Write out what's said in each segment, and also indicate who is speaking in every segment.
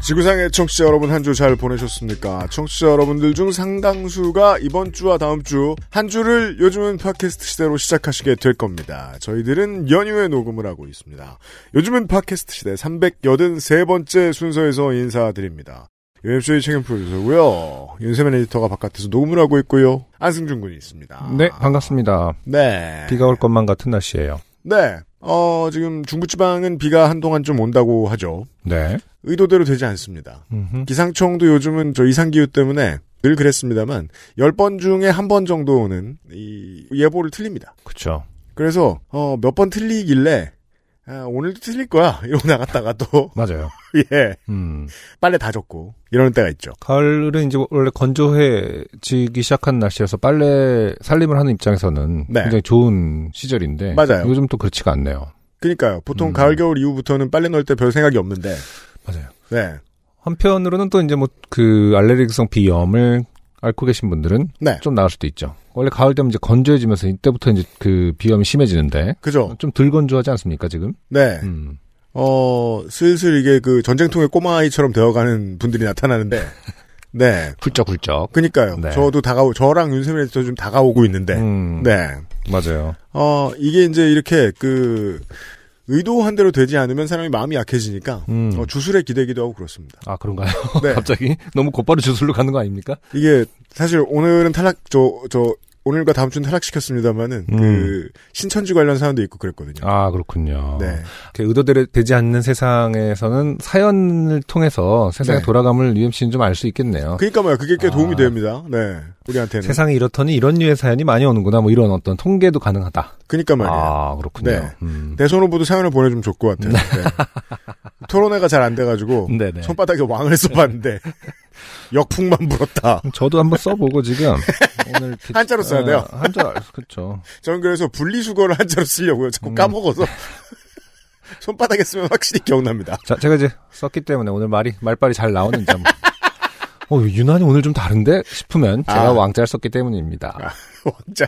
Speaker 1: 지구상의 청취자 여러분 한 주 잘 보내셨습니까? 청취자 여러분들 중 상당수가 이번 주와 다음 주 한 주를 요즘은 팟캐스트 시대로 시작하시게 될 겁니다. 저희들은 연휴에 녹음을 하고 있습니다. 요즘은 팟캐스트 시대 383번째 순서에서 인사드립니다. UMC의 책임 프로듀서고요. 윤세민 에디터가 바깥에서 녹음을 하고 있고요. 안승준 군이 있습니다.
Speaker 2: 네, 반갑습니다.
Speaker 1: 네.
Speaker 2: 비가 올 것만 같은 날씨예요.
Speaker 1: 네. 어, 지금 중부지방은 비가 한동안 좀 온다고 하죠.
Speaker 2: 네.
Speaker 1: 의도대로 되지 않습니다.
Speaker 2: 음흠.
Speaker 1: 기상청도 요즘은 저 이상기후 때문에 늘 그랬습니다만 10번 중에 한 번 정도는 이 예보를 틀립니다.
Speaker 2: 그쵸.
Speaker 1: 그래서 어, 몇 번 틀리길래 아, 오늘도 틀릴 거야 이러고 나갔다가 또
Speaker 2: 맞아요.
Speaker 1: 예,
Speaker 2: 음.
Speaker 1: 빨래 다 젖고 이러는 때가 있죠.
Speaker 2: 가을은 이제 원래 건조해지기 시작한 날씨여서 빨래 살림을 하는 입장에서는
Speaker 1: 네.
Speaker 2: 굉장히 좋은 시절인데.
Speaker 1: 맞아요.
Speaker 2: 요즘 또 그렇지가 않네요.
Speaker 1: 그러니까요. 보통
Speaker 2: 음.
Speaker 1: 가을 겨울 이후부터는 빨래 넣을 때 별 생각이 없는데
Speaker 2: 맞아요.
Speaker 1: 네,
Speaker 2: 한편으로는 또 이제 뭐 그 알레르기성 비염을 앓고 계신 분들은
Speaker 1: 네,
Speaker 2: 좀 나을 수도 있죠. 원래 가을 되면 이제 건조해지면서 이때부터 이제 그 비염이 심해지는데
Speaker 1: 그죠.
Speaker 2: 좀 덜 건조하지 않습니까 지금?
Speaker 1: 네,
Speaker 2: 음.
Speaker 1: 어 슬슬 이게 그 전쟁통의 꼬마아이처럼 되어가는 분들이 나타나는데 네,
Speaker 2: 훌쩍훌쩍.
Speaker 1: 그러니까요.
Speaker 2: 네.
Speaker 1: 저도 다가오 저랑 윤세민 에디터 좀 다가오고 있는데
Speaker 2: 음,
Speaker 1: 네.
Speaker 2: 맞아요.
Speaker 1: 어, 이게 이제 이렇게 그 의도한 대로 되지 않으면 사람이 마음이 약해지니까
Speaker 2: 음.
Speaker 1: 어, 주술에 기대기도 하고 그렇습니다.
Speaker 2: 아 그런가요?
Speaker 1: 네.
Speaker 2: 갑자기 너무 곧바로 주술로 가는 거 아닙니까?
Speaker 1: 이게 사실 오늘은 탈락 저 저 오늘과 다음 주는 탈락시켰습니다만은 그
Speaker 2: 음.
Speaker 1: 신천지 관련 사연도 있고 그랬거든요.
Speaker 2: 아 그렇군요.
Speaker 1: 네.
Speaker 2: 이렇게 의도대로 되지 않는 세상에서는 사연을 통해서 세상의
Speaker 1: 네.
Speaker 2: 돌아감을 UMC는 좀 알 수 있겠네요.
Speaker 1: 그러니까 말이야. 그게 꽤
Speaker 2: 아.
Speaker 1: 도움이 됩니다. 네. 우리한테는.
Speaker 2: 세상이 이렇더니 이런 류의 사연이 많이 오는구나 뭐 이런 어떤 통계도 가능하다.
Speaker 1: 그러니까 말이에요.
Speaker 2: 아 그렇군요.
Speaker 1: 네.
Speaker 2: 음.
Speaker 1: 내손 후보도 사연을 보내주면 좋을 것 같아요. 네. 토론회가 잘 안 돼가지고
Speaker 2: 네네.
Speaker 1: 손바닥에 왕을 써봤는데 역풍만 불었다.
Speaker 2: 저도 한번 써보고 지금 오늘 비-
Speaker 1: 한자로 써야 돼요.
Speaker 2: 아, 한자 그렇죠.
Speaker 1: 저는 그래서 분리수거를 한자로 쓰려고요. 자꾸
Speaker 2: 음.
Speaker 1: 까먹어서. 손바닥에 쓰면 확실히 기억납니다.
Speaker 2: 자, 제가 이제 썼기 때문에 오늘 말이 말빨이 잘 나오는지 한번. 어, 유난히 오늘 좀 다른데 싶으면 제가
Speaker 1: 아.
Speaker 2: 왕자를 썼기 때문입니다.
Speaker 1: 왕자.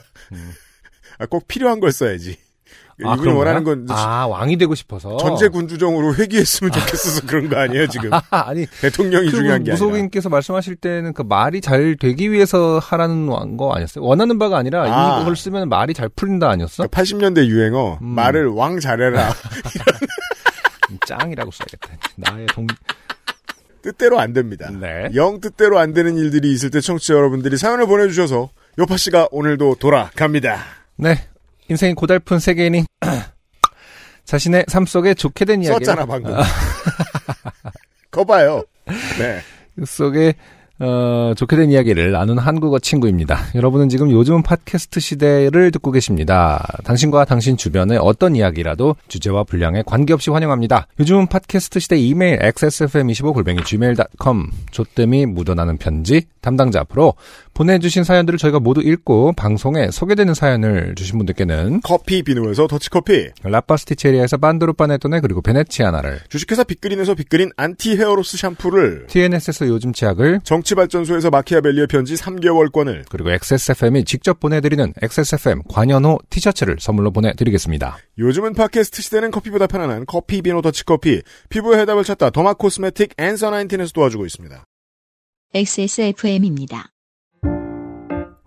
Speaker 1: 아, 꼭 필요한 걸 써야지.
Speaker 2: 음. 아,
Speaker 1: 이분이
Speaker 2: 그런가요?
Speaker 1: 원하는 건
Speaker 2: 아, 왕이 되고 싶어서
Speaker 1: 전제 군주정으로 회귀했으면 좋겠어서 그런 거 아니에요, 지금.
Speaker 2: 아, 니
Speaker 1: 대통령이 중요한 게 아니라.
Speaker 2: 무속인께서 말씀하실 때는 그 말이 잘 되기 위해서 하라는 왕- 거 아니었어요? 원하는 바가 아니라
Speaker 1: 아.
Speaker 2: 이걸 쓰면 말이 잘 풀린다 아니었어?
Speaker 1: 80년대 그러니까 유행어
Speaker 2: 음. 네.
Speaker 1: 말을 왕 잘해라
Speaker 2: 그러니까 짱이라고 써야겠다. 나의 동
Speaker 1: 뜻대로 안 됩니다.
Speaker 2: 네.
Speaker 1: 영 뜻대로 안 되는 일들이 있을 때 청취자 여러분들이 사연을 보내주셔서 요파 씨가 오늘도 돌아갑니다.
Speaker 2: 네. 인생이 고달픈 세계인이 자신의 삶 속에 좋게 된 이야기
Speaker 1: 썼잖아 방금. 거봐요. 네.
Speaker 2: 속에 어, 좋게 된 이야기를 나눈 한국어 친구입니다. 여러분은 지금 요즘 팟캐스트 시대를 듣고 계십니다. 당신과 당신 주변의 어떤 이야기라도 주제와 분량에 관계없이 환영합니다. 요즘은 팟캐스트 시대 이메일 xsfm25골뱅이 gmail.com 조땜이 묻어나는 편지 담당자 앞으로 보내주신 사연들을 저희가 모두 읽고 방송에 소개되는 사연을 주신 분들께는
Speaker 1: 커피 비누에서 더치커피
Speaker 2: 라파스티체리아에서 반도르빠네토네 그리고 베네치아나를
Speaker 1: 주식회사 빅그린에서 빅그린 안티 헤어로스 샴푸를
Speaker 2: TNS에서 요즘 치약을
Speaker 1: 정치발전소에서 마키아벨리의 편지 3개월권을
Speaker 2: 그리고 XSFM이 직접 보내드리는 XSFM 관현호 티셔츠를 선물로 보내드리겠습니다.
Speaker 1: 요즘은 팟캐스트 시대는 커피보다 편안한 커피 비노 더치커피 피부의 해답을 찾다 더마 코스메틱 앤서 19에서 도와주고 있습니다
Speaker 3: XSFM입니다.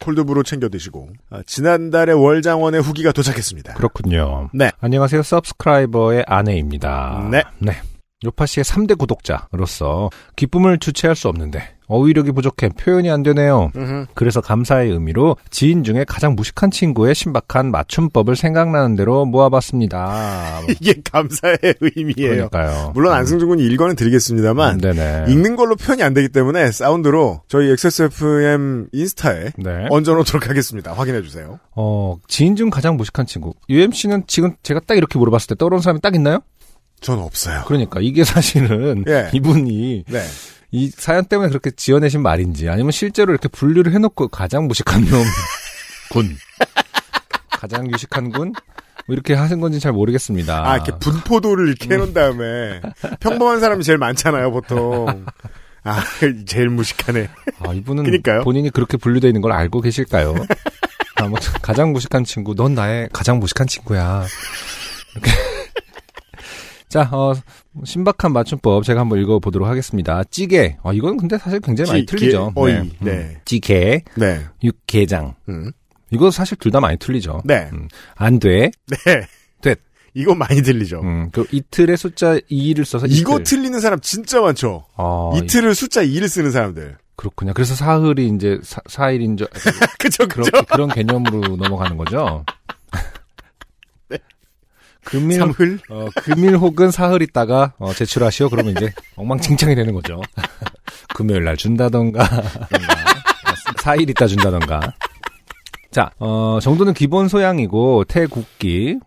Speaker 1: 콜드브루 챙겨 드시고 아, 지난달에 월장원의 후기가 도착했습니다
Speaker 2: 그렇군요.
Speaker 1: 네.
Speaker 2: 안녕하세요. 서브스크라이버의 아내입니다.
Speaker 1: 네.
Speaker 2: 요파 씨의 3대 구독자로서 기쁨을 주체할 수 없는데 어휘력이 부족해 표현이 안 되네요. 그래서 감사의 의미로 지인 중에 가장 무식한 친구의 신박한 맞춤법을 생각나는 대로 모아봤습니다.
Speaker 1: 이게 감사의 의미예요.
Speaker 2: 그러니까요. 음.
Speaker 1: 물론 안승준 군이 일거는 드리겠습니다만
Speaker 2: 네네.
Speaker 1: 읽는 걸로 표현이 안 되기 때문에 사운드로 저희 XSFM 인스타에
Speaker 2: 네.
Speaker 1: 얹어놓도록 하겠습니다. 확인해 주세요.
Speaker 2: 어, 지인 중 가장 무식한 친구. UMC는 지금 제가 딱 이렇게 물어봤을 때 떠오르는 사람이 딱 있나요?
Speaker 1: 전 없어요.
Speaker 2: 그러니까 이게 사실은
Speaker 1: 예.
Speaker 2: 이분이
Speaker 1: 네.
Speaker 2: 이 사연 때문에 그렇게 지어내신 말인지 아니면 실제로 이렇게 분류를 해놓고 가장 무식한 놈 군. 가장 유식한 군? 뭐 이렇게 하신 건지 잘 모르겠습니다.
Speaker 1: 아, 이렇게 분포도를 이렇게 해놓은 다음에 평범한 사람이 제일 많잖아요, 보통. 아, 제일 무식하네.
Speaker 2: 아, 이분은
Speaker 1: 그러니까요.
Speaker 2: 본인이 그렇게 분류되어 있는 걸 알고 계실까요? 아무튼 가장 무식한 친구, 넌 나의 가장 무식한 친구야. 이렇게. 자, 어, 신박한 맞춤법 제가 한번 읽어보도록 하겠습니다. 찌개. 아, 이건 근데 사실 굉장히 많이
Speaker 1: 찌개,
Speaker 2: 틀리죠.
Speaker 1: 어이,
Speaker 2: 음.
Speaker 1: 네.
Speaker 2: 찌개,
Speaker 1: 네.
Speaker 2: 육개장.
Speaker 1: 음.
Speaker 2: 이거 사실 둘 다 많이 틀리죠.
Speaker 1: 네.
Speaker 2: 음. 안 돼.
Speaker 1: 네.
Speaker 2: 됐.
Speaker 1: 이거 많이 들리죠.
Speaker 2: 음, 그 이틀의 숫자 2를 써서
Speaker 1: 이거
Speaker 2: 이틀.
Speaker 1: 틀리는 사람 진짜 많죠.
Speaker 2: 아,
Speaker 1: 이틀을 숫자 2를 쓰는 사람들.
Speaker 2: 그렇군요. 그래서 사흘이 이제 사, 일인줄
Speaker 1: 그쵸, 그쵸.
Speaker 2: 그렇게 그런 개념으로 넘어가는 거죠. 금일
Speaker 1: 네. 삼흘.
Speaker 2: 어, 금일 혹은 사흘 있다가 어, 제출하시오. 그러면 이제 엉망진창이 되는 거죠. 금요일 날 준다던가 사일 있다 준다던가. 자, 어, 정도는 기본 소양이고 태국기,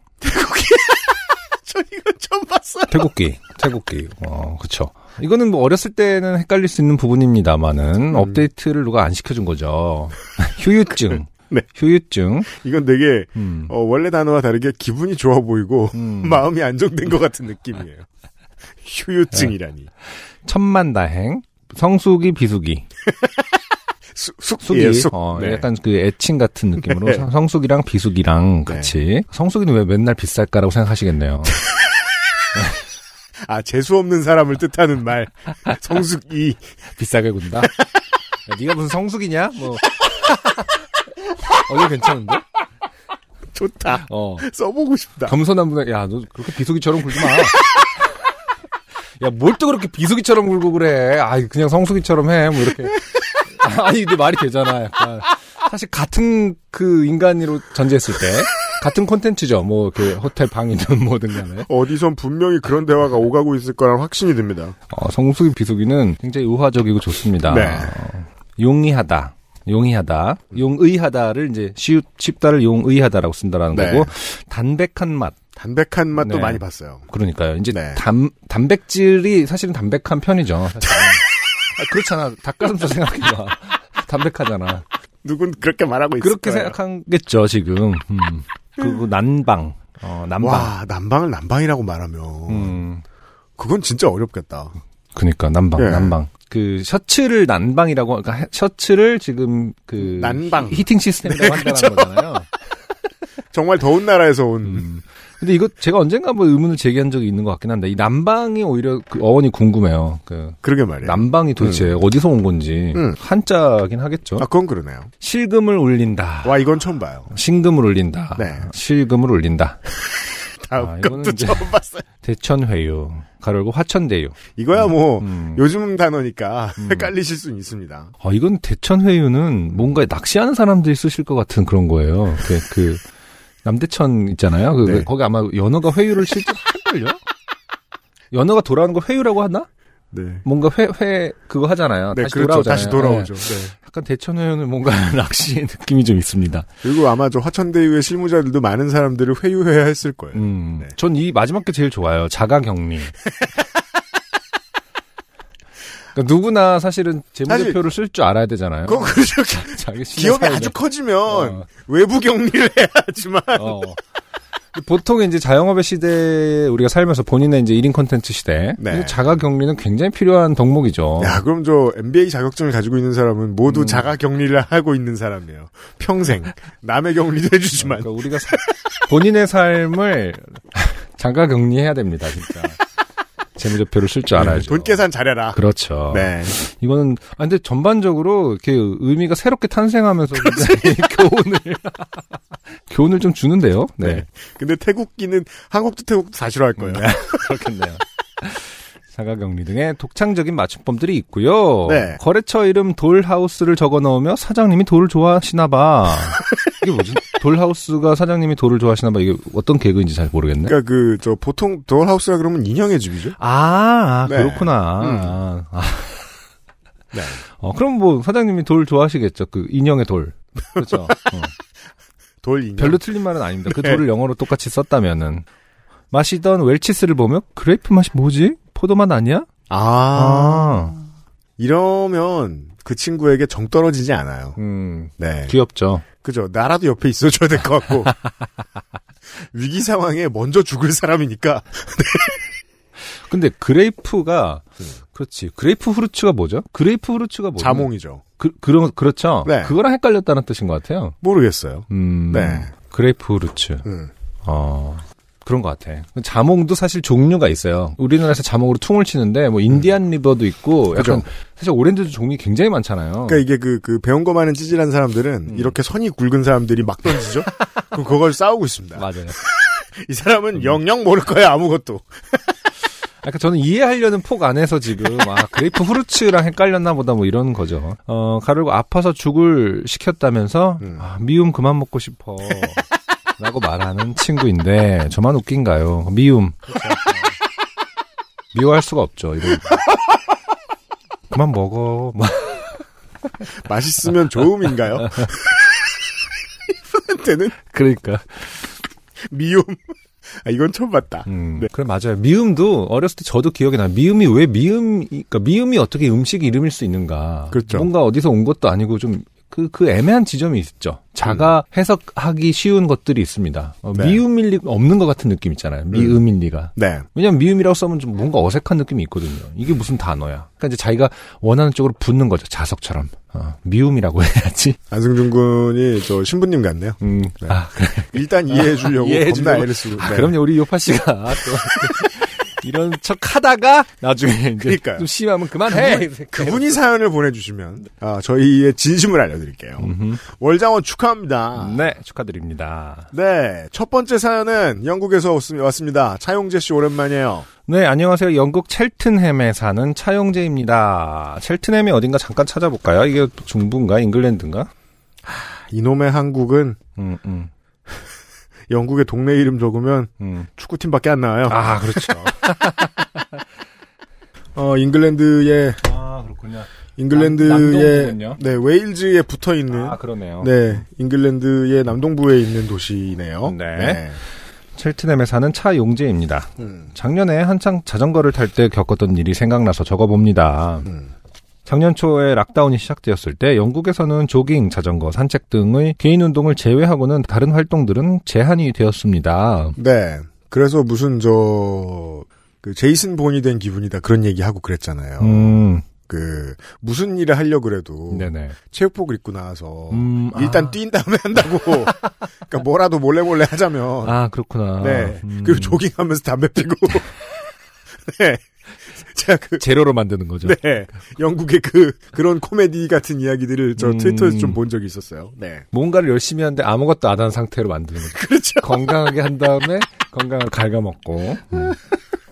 Speaker 1: 저 이거 처음 봤어요.
Speaker 2: 태국기, 태국기. 어, 그쵸. 이거는 뭐 어렸을 때는 헷갈릴 수 있는
Speaker 1: 음.
Speaker 2: 부분입니다만은 업데이트를 누가 안 시켜준 거죠. 휴유증.
Speaker 1: 네.
Speaker 2: 휴유증.
Speaker 1: 이건 되게
Speaker 2: 음.
Speaker 1: 어, 원래 단어와 다르게 기분이 좋아 보이고 마음이 안정된 것 같은 느낌이에요.
Speaker 2: 네.
Speaker 1: 휴유증이라니.
Speaker 2: 천만다행. 성수기 비수기.
Speaker 1: 수- 숙,
Speaker 2: 숙이
Speaker 1: 예, 숙.
Speaker 2: 어,
Speaker 1: 네.
Speaker 2: 약간 그 애칭 같은 느낌으로
Speaker 1: 네.
Speaker 2: 성- 성숙이랑 비숙이랑 같이 성숙이는 왜 맨날 비쌀까라고 생각하시겠네요.
Speaker 1: 아 재수 없는 사람을 뜻하는 말. 성숙이.
Speaker 2: 비싸게 군다. 야, 네가 무슨 성숙이냐? 뭐 어디 괜찮은데?
Speaker 1: 좋다.
Speaker 2: 어
Speaker 1: 써보고 싶다.
Speaker 2: 겸손한 분에 야너 그렇게 비숙이처럼 굴지 마. 야 뭘 또 그렇게 비숙이처럼 굴고 그래? 아 그냥 성숙이처럼 해. 뭐 이렇게 아니 근데 말이 되잖아. 약간 사실 같은 그 인간으로 전제했을 때. 같은 콘텐츠죠. 뭐, 그, 호텔 방이든 뭐든 간에.
Speaker 1: 어디선 분명히 그런 대화가 오가고 있을 거라는 확신이 듭니다.
Speaker 2: 어, 성숙이 비속이는 굉장히 우화적이고 좋습니다.
Speaker 1: 네.
Speaker 2: 어, 용이하다. 용이하다, 용의하다를 이제 쉬, 쉽다를 용의하다라고 쓴다라는
Speaker 1: 네.
Speaker 2: 거고 담백한 맛
Speaker 1: 담백한 맛도
Speaker 2: 네.
Speaker 1: 많이 봤어요.
Speaker 2: 그러니까요. 이제
Speaker 1: 네.
Speaker 2: 담 단백질이 사실은 담백한 편이죠. 사실은. 아, 그렇잖아. 닭가슴살 생각해봐. 담백하잖아.
Speaker 1: 누군 그렇게 말하고 있을
Speaker 2: 그렇게
Speaker 1: 거예요.
Speaker 2: 생각하겠죠 지금. 음. 그리고 난방, 어, 난방.
Speaker 1: 와 난방을 난방이라고 말하면
Speaker 2: 음.
Speaker 1: 그건 진짜 어렵겠다.
Speaker 2: 그니까 난방,
Speaker 1: 예.
Speaker 2: 난방. 그 셔츠를 난방이라고 그러니까 해- 셔츠를 지금 그
Speaker 1: 난방.
Speaker 2: 히팅 시스템이라고 한다는 거잖아요.
Speaker 1: 정말 더운 나라에서 온
Speaker 2: 음. 근데 이거 제가 언젠가 한번 의문을 제기한 적이 있는 것 같긴 한데 이 난방이 오히려 그 어원이 궁금해요. 그
Speaker 1: 그러게 말이에요.
Speaker 2: 난방이 도대체 어디서 온 건지
Speaker 1: 음.
Speaker 2: 한자긴 하겠죠.
Speaker 1: 아 그건 그러네요.
Speaker 2: 실금을 울린다.
Speaker 1: 와 이건 처음 봐요.
Speaker 2: 신금을 울린다.
Speaker 1: 네.
Speaker 2: 실금을 울린다.
Speaker 1: 다음
Speaker 2: 아, 이거는
Speaker 1: 것도
Speaker 2: 이제-
Speaker 1: 처음 봤어요.
Speaker 2: 대천회유. 가로고 화천대유.
Speaker 1: 이거야 뭐
Speaker 2: 음.
Speaker 1: 요즘 단어니까 헷갈리실 수는 있습니다.
Speaker 2: 아, 이건 대천회유는 뭔가 낚시하는 사람들이 쓰실 것 같은 그런 거예요. 그, 그 남대천 있잖아요. 그,
Speaker 1: 네.
Speaker 2: 거기 아마 연어가 회유를 실제로 할걸요? 연어가 돌아오는 거 회유라고 하나?
Speaker 1: 네.
Speaker 2: 뭔가 회, 회, 그거 하잖아요.
Speaker 1: 네,
Speaker 2: 다시
Speaker 1: 그렇죠.
Speaker 2: 돌아오잖아요.
Speaker 1: 다시 돌아오죠. 네.
Speaker 2: 네. 약간 대천회유는 뭔가 낚시의 느낌이 좀 있습니다.
Speaker 1: 그리고 아마 저 화천대유의 실무자들도 많은 사람들을 회유해야 했을 거예요.
Speaker 2: 음.
Speaker 1: 네.
Speaker 2: 전 이 마지막 게 제일 좋아요. 자가 격리. 그러니까 누구나 사실은 재무제표를 쓸 줄 알아야 되잖아요.
Speaker 1: 그건 그렇죠.
Speaker 2: 자기 신의
Speaker 1: 기업이
Speaker 2: 사유를.
Speaker 1: 아주 커지면
Speaker 2: 어.
Speaker 1: 외부 격리를 해야 하지만
Speaker 2: 어. 근데 보통 이제 자영업의 시대에 우리가 살면서 본인의 이제 1인 콘텐츠 시대.
Speaker 1: 네.
Speaker 2: 에 자가 격리는 굉장히 필요한 덕목이죠.
Speaker 1: 야 그럼 저 MBA 자격증을 가지고 있는 사람은
Speaker 2: 음.
Speaker 1: 모두 자가 격리를 하고 있는 사람이에요. 평생 남의 격리도 해주지만
Speaker 2: 그러니까 우리가 사- 본인의 삶을 자가 격리해야 됩니다, 진짜. 재무제표를 쓸 줄 알아야죠.
Speaker 1: 네, 돈 계산 잘해라.
Speaker 2: 그렇죠.
Speaker 1: 네.
Speaker 2: 이거는 아 근데 전반적으로 이렇게 의미가 새롭게 탄생하면서 굉장히 교훈을 교훈을 좀 주는데요. 네. 음.
Speaker 1: 근데 태국기는 한국도 태국도 다 싫어할 거예요.
Speaker 2: 그렇겠네요. 자가격리 등의 독창적인 맞춤법들이 있고요.
Speaker 1: 네.
Speaker 2: 거래처 이름 돌하우스를 적어 넣으며 사장님이 돌을 좋아하시나 봐. 이게 뭐지? 돌하우스가 사장님이 돌을 좋아하시나 봐. 이게 어떤 개그인지 잘 모르겠네.
Speaker 1: 그러니까 그 저 보통 돌하우스라 그러면 인형의 집이죠.
Speaker 2: 아, 아,
Speaker 1: 네.
Speaker 2: 그렇구나.
Speaker 1: 음.
Speaker 2: 아.
Speaker 1: 네.
Speaker 2: 어, 그럼 뭐 사장님이 돌 좋아하시겠죠. 그 인형의 돌. 그렇죠. 어.
Speaker 1: 돌 인형.
Speaker 2: 별로 틀린 말은 아닙니다. 그
Speaker 1: 네.
Speaker 2: 돌을 영어로 똑같이 썼다면은 마시던 웰치스를 보며 그레이프 맛이 뭐지? 포도 맛 아니야?
Speaker 1: 아.
Speaker 2: 아,
Speaker 1: 이러면 그 친구에게 정 떨어지지 않아요.
Speaker 2: 음,
Speaker 1: 네.
Speaker 2: 귀엽죠.
Speaker 1: 그죠. 나라도 옆에 있어줘야 될 것 같고. 위기 상황에 먼저 죽을 사람이니까.
Speaker 2: 근데 그레이프가 그렇지. 그레이프 후르츠가 뭐죠? 그레이프 후르츠가 뭐죠?
Speaker 1: 자몽이죠.
Speaker 2: 그 그런 그렇죠.
Speaker 1: 네.
Speaker 2: 그거랑 헷갈렸다는 뜻인 것 같아요.
Speaker 1: 모르겠어요.
Speaker 2: 음,
Speaker 1: 네.
Speaker 2: 그레이프 후르츠.
Speaker 1: 음.
Speaker 2: 어, 그런 것 같아. 자몽도 사실 종류가 있어요. 우리나라에서 자몽으로 퉁을 치는데, 뭐, 인디안 리버도 있고, 약간, 사실 오렌지도 종류 굉장히 많잖아요.
Speaker 1: 그러니까 이게 그, 그 배운 거 많은 찌질한
Speaker 2: 음.
Speaker 1: 사람들은 이렇게 선이 굵은 사람들이 막 던지죠. 그럼 그걸 싸우고 있습니다.
Speaker 2: 맞아요. 음.
Speaker 1: 이 사람은 영영 모를 거야 아무것도.
Speaker 2: 그러니까 저는 이해하려는 폭 안에서 지금, 아, 그레이프 후르츠랑 헷갈렸나 보다, 뭐, 이런 거죠. 어, 가르고 아파서 죽을 시켰다면서,
Speaker 1: 음.
Speaker 2: 아, 미움 그만 먹고 싶어. 라고 말하는 친구인데, 저만 웃긴가요? 미움. 미워할 수가 없죠, 이런 거. 그만 먹어. 뭐.
Speaker 1: 맛있으면 좋음인가요? 이분한테는
Speaker 2: 그러니까.
Speaker 1: 미움. 아, 이건 처음 봤다.
Speaker 2: 음,
Speaker 1: 네.
Speaker 2: 그래 맞아요. 미음도 어렸을 때 저도 기억이 나요. 미음이 왜 미음? 그러니까 미음이 어떻게 음식 이름일 수 있는가?
Speaker 1: 그렇죠.
Speaker 2: 뭔가 어디서 온 것도 아니고 좀. 그, 그 애매한 지점이 있죠. 자가 해석하기 쉬운 것들이 있습니다. 어,
Speaker 1: 음. 네.
Speaker 2: 미음일 리 없는 것 같은 느낌 있잖아요. 미음일 리가.
Speaker 1: 네.
Speaker 2: 왜냐면 미음이라고 써면 좀 뭔가 어색한 느낌이 있거든요. 이게 무슨 단어야. 그러니까 이제 자기가 원하는 쪽으로 붙는 거죠. 자석처럼. 어, 미음이라고 해야지.
Speaker 1: 안승준 군이 저 신부님 같네요.
Speaker 2: 음. 아,
Speaker 1: 일단 이해해 주려고
Speaker 2: 이해해
Speaker 1: 겁나
Speaker 2: 주려고.
Speaker 1: 애를 쓰고.
Speaker 2: 아,
Speaker 1: 네.
Speaker 2: 그럼요, 우리 요파 씨가 또 이런 척 하다가 나중에 이제
Speaker 1: 그러니까요.
Speaker 2: 좀 심하면 그만해.
Speaker 1: 그분이 사연을 보내주시면 아, 저희의 진심을 알려드릴게요.
Speaker 2: 음.
Speaker 1: 월장원 축하합니다.
Speaker 2: 네, 축하드립니다.
Speaker 1: 네, 첫 번째 사연은 영국에서 왔- 왔습니다. 차용재 씨 오랜만이에요.
Speaker 2: 네, 안녕하세요. 영국 첼튼햄에 사는 차용재입니다. 첼튼햄이 어딘가 잠깐 찾아볼까요? 이게 중부인가? 잉글랜드인가?
Speaker 1: 이놈의 한국은
Speaker 2: 음, 음,
Speaker 1: 영국의 동네 이름 적으면
Speaker 2: 음.
Speaker 1: 축구팀밖에 안 나와요.
Speaker 2: 아, 그렇죠.
Speaker 1: 어, 잉글랜드의
Speaker 2: 아, 그렇군요. 남-
Speaker 1: 잉글랜드의
Speaker 2: 남동부군요.
Speaker 1: 네 웨일즈에 붙어 있는
Speaker 2: 아, 그러네요.
Speaker 1: 네 잉글랜드의 남동부에 있는 도시네요.
Speaker 2: 네. 첼튼햄에 사는 차용재입니다.
Speaker 1: 음,
Speaker 2: 작년에 한창 자전거를 탈 때 겪었던 일이 생각나서 적어봅니다.
Speaker 1: 음.
Speaker 2: 작년 초에 락다운이 시작되었을 때 영국에서는 조깅, 자전거, 산책 등의 개인 운동을 제외하고는 다른 활동들은 제한이 되었습니다.
Speaker 1: 네. 그래서 무슨 저그 제이슨 본이 된 기분이다 그런 얘기 하고 그랬잖아요.
Speaker 2: 음,
Speaker 1: 그 무슨 일을 하려 그래도
Speaker 2: 네네.
Speaker 1: 체육복을 입고 나와서
Speaker 2: 음,
Speaker 1: 일단
Speaker 2: 아,
Speaker 1: 뛴 다음에 한다고. 그러니까 뭐라도 몰래 몰래 하자면.
Speaker 2: 아 그렇구나.
Speaker 1: 네.
Speaker 2: 음.
Speaker 1: 그리고 조깅하면서 담배 피고. 네. 제가 그
Speaker 2: 재료로 만드는 거죠.
Speaker 1: 네. 영국의 그 그런 코미디 같은 이야기들을 저
Speaker 2: 음.
Speaker 1: 트위터에서 좀 본 적이 있었어요. 네.
Speaker 2: 뭔가를 열심히 하는데 아무것도 안 한 상태로 만드는 거죠.
Speaker 1: 그렇죠.
Speaker 2: 건강하게 한 다음에 건강을 갉아먹고 음.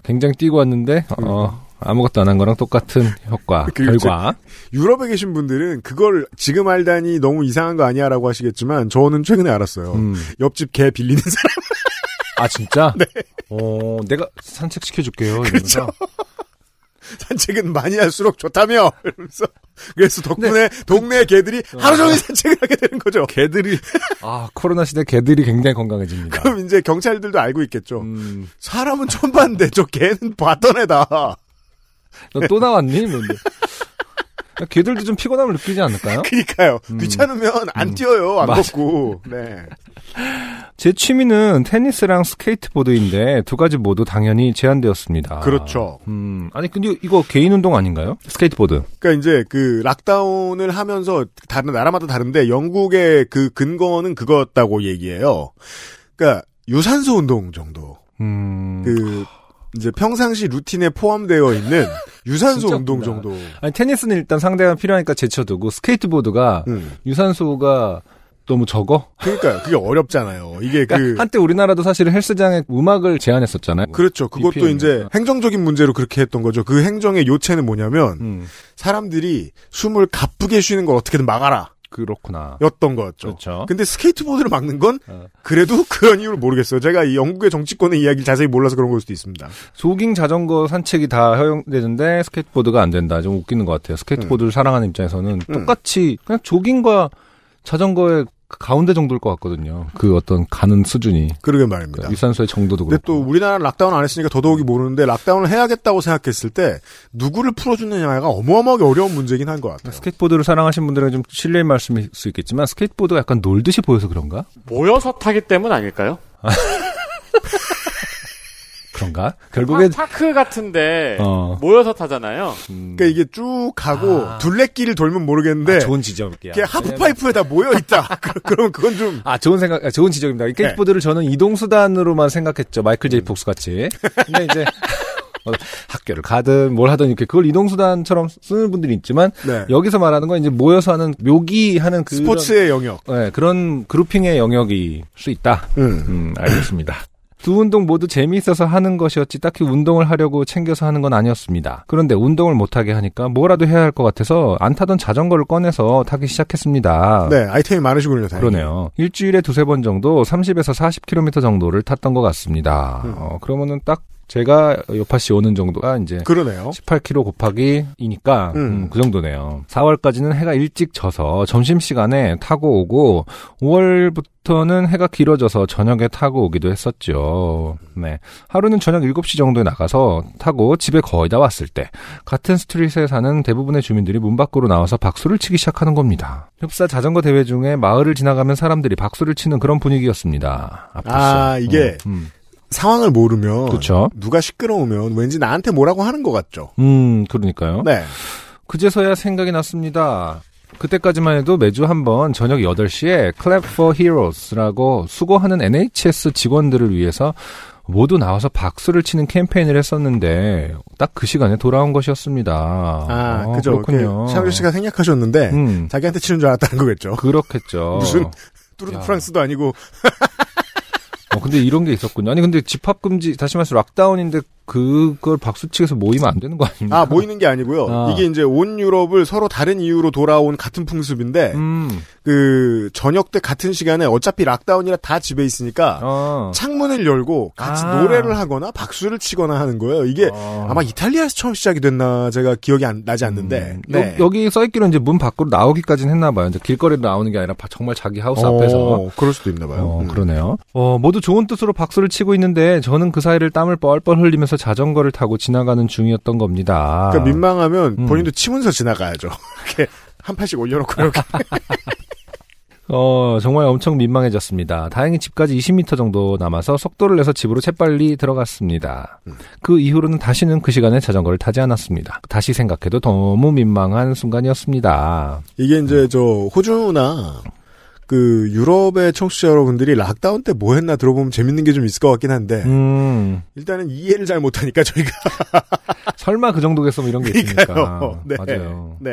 Speaker 2: 굉장히 뛰고 왔는데 어, 아무것도 안 한 거랑 똑같은 효과
Speaker 1: 그렇죠.
Speaker 2: 결과.
Speaker 1: 유럽에 계신 분들은 그걸 지금 알다니 너무 이상한 거 아니야라고 하시겠지만 저는 최근에 알았어요.
Speaker 2: 음.
Speaker 1: 옆집 개 빌리는 사람.
Speaker 2: 아 진짜? 네. 어, 내가 산책 시켜줄게요.
Speaker 1: 그렇죠.
Speaker 2: 이러면서.
Speaker 1: 산책은 많이 할수록 좋다며. 이러면서 그래서 덕분에 동네 개들이 하루 종일 산책을 하게 되는 거죠. 개들이
Speaker 2: 아 코로나 시대 개들이 굉장히 건강해집니다.
Speaker 1: 그럼 이제 경찰들도 알고 있겠죠.
Speaker 2: 음,
Speaker 1: 사람은 처음 봤는데 저 개는 봤던 애다.
Speaker 2: 너 또 나왔니? 뭐 이제. 개들도 좀 피곤함을 느끼지 않을까요?
Speaker 1: 그니까요. 귀찮으면 안 뛰어요. 안
Speaker 2: 맞아.
Speaker 1: 걷고. 네.
Speaker 2: 제 취미는 테니스랑 스케이트보드인데 두 가지 모두 당연히 제한되었습니다.
Speaker 1: 그렇죠.
Speaker 2: 음, 아니 근데 이거 개인 운동 아닌가요? 스케이트보드.
Speaker 1: 그러니까 이제 그 락다운을 하면서 다른 나라마다 다른데 영국의 그 근거는 그거였다고 얘기해요. 그러니까 유산소 운동 정도.
Speaker 2: 음.
Speaker 1: 그 이제 평상시 루틴에 포함되어 있는 유산소
Speaker 2: 진짜
Speaker 1: 운동
Speaker 2: 웃긴다.
Speaker 1: 정도.
Speaker 2: 아니 테니스는 일단 상대가 필요하니까 제쳐두고 스케이트보드가
Speaker 1: 음.
Speaker 2: 유산소가 너무 적어?
Speaker 1: 그러니까요. 그게 어렵잖아요. 이게 그
Speaker 2: 그러니까 한때 우리나라도 사실 헬스장에 음악을 제한했었잖아요.
Speaker 1: 그렇죠. 그것도
Speaker 2: BPM 이나.
Speaker 1: 이제 행정적인 문제로 그렇게 했던 거죠. 그 행정의 요체는 뭐냐면
Speaker 2: 음,
Speaker 1: 사람들이 숨을 가쁘게 쉬는 걸 어떻게든 막아라
Speaker 2: 그렇구나.
Speaker 1: 였던 거였죠.
Speaker 2: 그렇죠.
Speaker 1: 근데 스케이트보드를 막는 건
Speaker 2: 어.
Speaker 1: 그래도 그런 이유를 모르겠어요. 제가 이 영국의 정치권의 이야기를 자세히 몰라서 그런 걸 수도 있습니다.
Speaker 2: 조깅, 자전거, 산책이 다 허용되는데 스케이트보드가 안 된다. 좀 웃기는 것 같아요. 스케이트보드를 사랑하는 입장에서는
Speaker 1: 음.
Speaker 2: 똑같이 그냥 조깅과 자전거의 그 가운데 정도일 것 같거든요. 그 어떤 가는 수준이
Speaker 1: 그러게
Speaker 2: 그
Speaker 1: 말입니다.
Speaker 2: 유산소의 정도도
Speaker 1: 근데
Speaker 2: 그렇고.
Speaker 1: 또 우리나라는 락다운 안 했으니까 더더욱이 모르는데 락다운을 해야겠다고 생각했을 때 누구를 풀어주느냐가 어마어마하게 어려운 문제긴 한 것 같아요.
Speaker 2: 스케이트보드를 사랑하신 분들은 좀 실례의 말씀일 수 있겠지만 스케이트보드가 약간 놀듯이 보여서 그런가?
Speaker 4: 모여서 타기 때문 아닐까요?
Speaker 2: 그런가? 결국에
Speaker 4: 파, 크 같은데
Speaker 2: 어.
Speaker 4: 모여서 타잖아요.
Speaker 1: 그러니까 이게 쭉 가고
Speaker 2: 아.
Speaker 1: 둘레길을 돌면 모르겠는데
Speaker 2: 아, 좋은 지적이야.
Speaker 1: 이게 하프파이프에다 모여 있다. 그- 그럼 그건 좀
Speaker 2: 아, 좋은 생각, 아, 좋은 지적입니다.
Speaker 1: 네.
Speaker 2: 이 스케이트보드를 저는 이동수단으로만 생각했죠. 마이클 제이 폭스 같이. 근데 이제, 어, 학교를 가든 뭘 하든 이렇게 그걸 이동수단처럼 쓰는 분들이 있지만,
Speaker 1: 네.
Speaker 2: 여기서 말하는 건 이제 모여서 하는, 묘기 하는 그.
Speaker 1: 스포츠의 영역.
Speaker 2: 네, 그런 그룹핑의 영역일 수 있다.
Speaker 1: 음.
Speaker 2: 음, 알겠습니다. 두 운동 모두 재미있어서 하는 것이었지 딱히 운동을 하려고 챙겨서 하는 건 아니었습니다. 그런데 운동을 못하게 하니까 뭐라도 해야 할 것 같아서 안 타던 자전거를 꺼내서 타기 시작했습니다.
Speaker 1: 네, 아이템이 많으시군요. 다행히.
Speaker 2: 그러네요. 일주일에 두세 번 정도 30에서 40km 정도를 탔던 것 같습니다.
Speaker 1: 음.
Speaker 2: 어, 그러면은 딱 제가 요파 씨 오는 정도가 이제
Speaker 1: 그러네요.
Speaker 2: 18km 어? 곱하기 이니까
Speaker 1: 음.
Speaker 2: 음, 그 정도네요. 4월까지는 해가 일찍 져서 점심 시간에 타고 오고 5월부터는 해가 길어져서 저녁에 타고 오기도 했었죠. 네. 하루는 저녁 7시 정도에 나가서 타고 집에 거의 다 왔을 때 같은 스트릿에 사는 대부분의 주민들이 문 밖으로 나와서 박수를 치기 시작하는 겁니다. 흡사 자전거 대회 중에 마을을 지나가면 사람들이 박수를 치는 그런 분위기였습니다.
Speaker 1: 아, 이게 어.
Speaker 2: 음,
Speaker 1: 상황을 모르면
Speaker 2: 그렇죠.
Speaker 1: 누가 시끄러우면 왠지 나한테 뭐라고 하는 것 같죠.
Speaker 2: 음, 그러니까요.
Speaker 1: 네.
Speaker 2: 그제서야 생각이 났습니다. 그때까지만 해도 매주 한 번 저녁 8시에 Clap for Heroes라고 수고하는 NHS 직원들을 위해서 모두 나와서 박수를 치는 캠페인을 했었는데 딱 그 시간에 돌아온 것이었습니다.
Speaker 1: 아,
Speaker 2: 어,
Speaker 1: 그죠.
Speaker 2: 그렇군요.
Speaker 1: 샤유 씨가 생략하셨는데
Speaker 2: 음,
Speaker 1: 자기한테 치는 줄 알았다는 거겠죠.
Speaker 2: 그렇겠죠.
Speaker 1: 무슨- 뚜르드
Speaker 2: 야.
Speaker 1: 프랑스도 아니고
Speaker 2: 어, 근데 이런 게 있었군요. 아니 근데 집합 금지 다시 말해서 락다운인데 그걸 박수 치에서 모이면 안 되는 거 아닙니까?
Speaker 1: 아 모이는 게 아니고요.
Speaker 2: 음. 아.
Speaker 1: 이게 이제 온 유럽을 서로 다른 이유로 돌아온 같은 풍습인데
Speaker 2: 음.
Speaker 1: 그 저녁 때 같은 시간에 어차피 락다운이라 다 집에 있으니까
Speaker 2: 어.
Speaker 1: 창문을 열고 같이
Speaker 2: 아.
Speaker 1: 노래를 하거나 박수를 치거나 하는 거예요. 이게
Speaker 2: 어.
Speaker 1: 아마 이탈리아에서 처음 시작이 됐나 제가 기억이 안- 나지 않는데
Speaker 2: 음,
Speaker 1: 네.
Speaker 2: 여, 기써 있기로 이제 문 밖으로 나오기까지는 했나 봐요. 이제 길거리로 나오는 게 아니라 바- 정말 자기 하우스 앞에서.
Speaker 1: 어, 그럴 수도 있나 봐요.
Speaker 2: 어,
Speaker 1: 음.
Speaker 2: 그러네요. 어, 모두 좋은 뜻으로 박수를 치고 있는데 저는 그 사이를 땀을 뻘뻘 흘리면서 자전거를 타고 지나가는 중이었던 겁니다.
Speaker 1: 그러니까 민망하면
Speaker 2: 음.
Speaker 1: 본인도 치면서 지나가야죠. 이렇게 한 팔씩 올려놓고 이렇게.
Speaker 2: 어, 정말 엄청 민망해졌습니다. 다행히 집까지 20m 정도 남아서 속도를 내서 집으로 재빨리 들어갔습니다. 그 이후로는 다시는 그 시간에 자전거를 타지 않았습니다. 다시 생각해도 너무 민망한 순간이었습니다.
Speaker 1: 이게 이제 저 호주나 그 유럽의 청취자 여러분들이 락다운 때 뭐 했나 들어보면 재밌는 게 좀 있을 것 같긴 한데
Speaker 2: 음.
Speaker 1: 일단은 이해를 잘 못하니까 저희가
Speaker 2: 설마 그 정도겠어 이런 게 있으니까. 아,
Speaker 1: 그러니까요. 네.
Speaker 2: 맞아요.
Speaker 1: 네.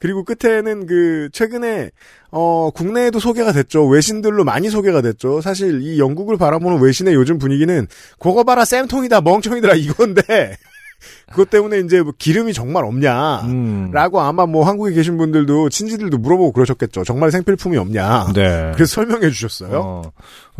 Speaker 1: 그리고 끝에는 그 최근에 어 국내에도 소개가 됐죠. 외신들로 많이 소개가 됐죠. 사실 이 영국을 바라보는 외신의 요즘 분위기는 그거 봐라 쌤통이다 멍청이들아 이건데 그것 때문에 이제 뭐 기름이 정말 없냐.
Speaker 2: 음.
Speaker 1: 아, 라고 아마 뭐 한국에 계신 분들도 친지들도 물어보고 그러셨겠죠. 정말 생필품이 없냐.
Speaker 2: 네.
Speaker 1: 그래서 설명해 주셨어요.
Speaker 2: 어,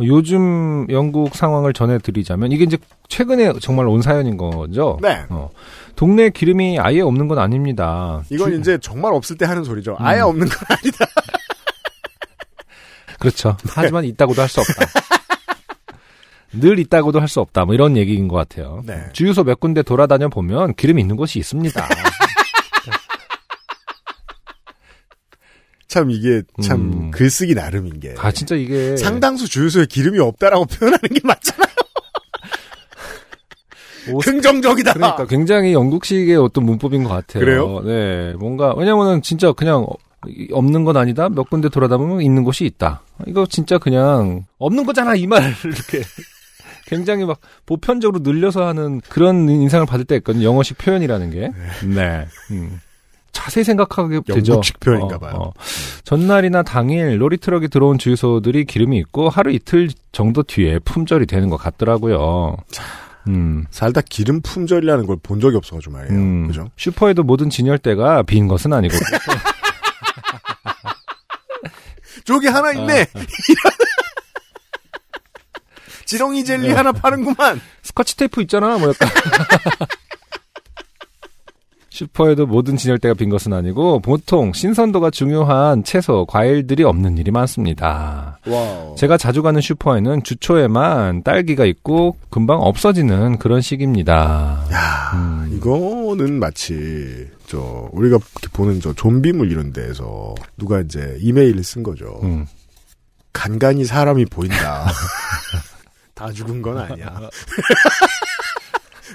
Speaker 2: 요즘 영국 상황을 전해드리자면 이게 이제 최근에 정말 온 사연인 거죠.
Speaker 1: 네.
Speaker 2: 어, 동네 기름이 아예 없는 건 아닙니다.
Speaker 1: 이건 이제 정말 없을 때 하는 소리죠. 아예
Speaker 2: 음.
Speaker 1: 없는 건 아니다.
Speaker 2: 그렇죠.
Speaker 1: 네.
Speaker 2: 하지만 있다고도 할 수 없다. 늘 있다고도 할 수 없다. 뭐 이런 얘기인 것 같아요.
Speaker 1: 네.
Speaker 2: 주유소 몇 군데 돌아다녀 보면 기름 있는 곳이 있습니다.
Speaker 1: 네. 참 이게 참
Speaker 2: 음.
Speaker 1: 글쓰기 나름인 게 네.
Speaker 2: 아 진짜 이게
Speaker 1: 상당수 주유소에 기름이 없다라고 표현하는 게 맞잖아.
Speaker 2: 오스-
Speaker 1: 긍정적이다.
Speaker 2: 그러니까 굉장히 영국식의 어떤 문법인 것 같아요.
Speaker 1: 그래요?
Speaker 2: 네, 뭔가 왜냐면은 진짜 그냥 어- 이- 없는 건 아니다. 몇 군데 돌아다 보면 있는 곳이 있다. 이거 진짜 그냥 없는 거잖아 이 말을 이렇게 굉장히 막 보편적으로 늘려서 하는 그런 인상을 받을 때 있거든요. 영어식 표현이라는 게. 네. 음. 자세히 생각하게 되죠. 어,
Speaker 1: 영국식표인가 봐요.
Speaker 2: 전날이나 당일 로리트럭이 들어온 주유소들이 기름이 있고 하루 이틀 정도 뒤에 품절이 되는 것 같더라고요. 음.
Speaker 1: 살다 기름 품절이라는 걸 본 적이 없어가지고 말이에요.
Speaker 2: 음.
Speaker 1: 그죠?
Speaker 2: 슈퍼에도 모든 진열대가 빈 것은 아니고
Speaker 1: 저기
Speaker 2: 아.
Speaker 1: 하나 있네. 지렁이 젤리
Speaker 2: 네.
Speaker 1: 하나 파는구만.
Speaker 2: 스커치 테이프 있잖아 뭐 약간 슈퍼에도 모든 진열대가 빈 것은 아니고 보통 신선도가 중요한 채소, 과일들이 없는 일이 많습니다.
Speaker 1: 와우.
Speaker 2: 제가 자주 가는 슈퍼에는 주초에만 딸기가 있고 금방 없어지는 그런 식입니다.
Speaker 1: 이거는 마치 저 우리가 이렇게 보는 저 좀비물 이런 데에서 누가 이제 이메일을 쓴 거죠.
Speaker 2: 음.
Speaker 1: 간간히 사람이 보인다. 다 죽은 건 아니야.
Speaker 2: 어.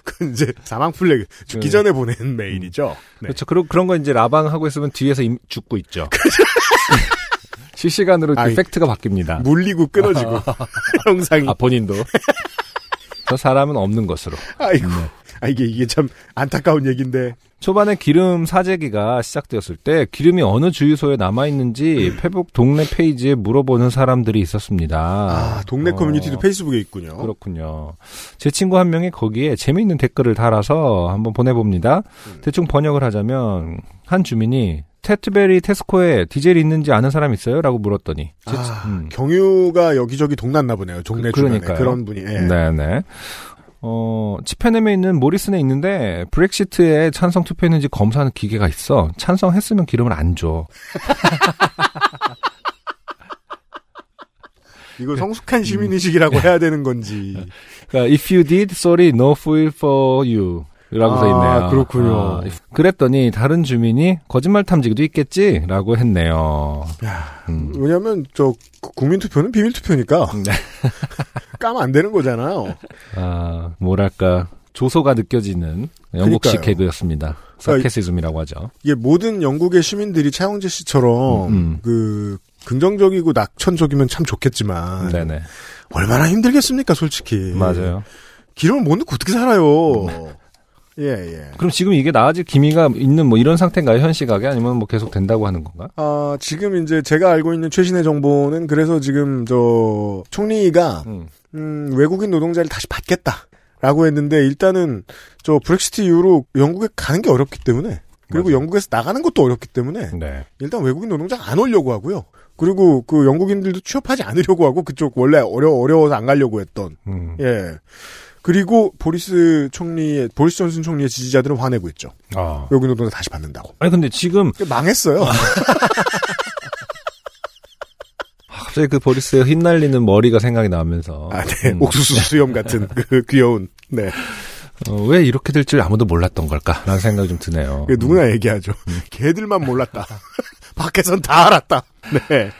Speaker 1: 그 이제 사망 플래그 죽기
Speaker 2: 네.
Speaker 1: 전에 보낸 메일이죠. 네.
Speaker 2: 그렇죠. 그리고 그런 거 이제 라방 하고 있으면 뒤에서 임- 죽고 있죠. 실시간으로 그
Speaker 1: 아이,
Speaker 2: 팩트가 바뀝니다.
Speaker 1: 물리고 끊어지고 영상이
Speaker 2: 아 본인도 저 사람은 없는 것으로.
Speaker 1: 아이고
Speaker 2: 네.
Speaker 1: 아 이게 이게 참 안타까운 얘기인데
Speaker 2: 초반에 기름 사재기가 시작되었을 때 기름이 어느 주유소에 남아 있는지
Speaker 1: 음.
Speaker 2: 페북 동네 페이지에 물어보는 사람들이 있었습니다.
Speaker 1: 아, 동네 커뮤니티도
Speaker 2: 어,
Speaker 1: 페이스북에 있군요.
Speaker 2: 그렇군요. 제 친구 한 명이 거기에 재미있는 댓글을 달아서 한번 보내봅니다.
Speaker 1: 음.
Speaker 2: 대충 번역을 하자면 한 주민이 테트베리 테스코에 디젤이 있는지 아는 사람 있어요? 라고 물었더니 제-
Speaker 1: 아,
Speaker 2: 음.
Speaker 1: 경유가 여기저기 동났나 보네요. 동네
Speaker 2: 그-
Speaker 1: 주변에
Speaker 2: 그러니까요.
Speaker 1: 그런 분이 예.
Speaker 2: 네네. 어, 치페넴에 있는 모리슨에 있는데 브렉시트에 찬성 투표했는지 검사하는 기계가 있어. 찬성했으면 기름을 안 줘. 네.
Speaker 1: 이거
Speaker 2: 음.
Speaker 1: 성숙한 시민 의식이라고 해야 되는 건지
Speaker 2: 그러니까 if you did, sorry, no fool for you. 라고 써
Speaker 1: 아,
Speaker 2: 있네요.
Speaker 1: 그렇군요.
Speaker 2: 그랬더니 다른 주민이 거짓말 탐지기도 있겠지라고 했네요. 음.
Speaker 1: 왜냐하면 저 구- 국민 투표는 비밀 투표니까
Speaker 2: 네.
Speaker 1: 까면 안 되는 거잖아요.
Speaker 2: 아, 뭐랄까 조소가 느껴지는 영국식
Speaker 1: 그러니까요.
Speaker 2: 개그였습니다. 사케시즘이라고 하죠.
Speaker 1: 이게 모든 영국의 시민들이 차영재 씨처럼
Speaker 2: 음, 음.
Speaker 1: 그 긍정적이고 낙천적이면 참 좋겠지만
Speaker 2: 네네
Speaker 1: 얼마나 힘들겠습니까, 솔직히.
Speaker 2: 맞아요. 음.
Speaker 1: 기름을 못 넣고 어떻게 살아요. 예 예.
Speaker 2: 그럼 지금 이게 나아질 기미가 있는 뭐 이런 상태인가요 현 시각에 아니면 뭐 계속 된다고 하는 건가?
Speaker 1: 아, 지금 이제 제가 알고 있는 최신의 정보는 그래서 지금 저 총리가
Speaker 2: 음.
Speaker 1: 음, 외국인 노동자를 다시 받겠다. 라고 했는데 일단은 저 브렉시트 이후로 영국에 가는 게 어렵기 때문에 그리고
Speaker 2: 맞아요.
Speaker 1: 영국에서 나가는 것도 어렵기 때문에
Speaker 2: 네.
Speaker 1: 일단 외국인 노동자 안 오려고 하고요. 그리고 그 영국인들도 취업하지 않으려고 하고 그쪽 원래 어려 어려워서 안 가려고 했던
Speaker 2: 음.
Speaker 1: 예. 그리고 보리스 총리의 보리스 존슨 총리의 지지자들은 화내고 있죠.
Speaker 2: 아.
Speaker 1: 외국인 노동자 다시 받는다고.
Speaker 2: 아니 근데 지금
Speaker 1: 망했어요.
Speaker 2: 갑자기 그 보리스의 흩날리는 머리가 생각이 나면서
Speaker 1: 아, 네.
Speaker 2: 음.
Speaker 1: 옥수수 수염 같은 그 귀여운. 네.
Speaker 2: 어, 왜 이렇게 될 줄 아무도 몰랐던 걸까라는 생각이 좀 드네요. 음.
Speaker 1: 그 누구나 얘기하죠. 걔들만 몰랐다. 밖에선 다 알았다. 네.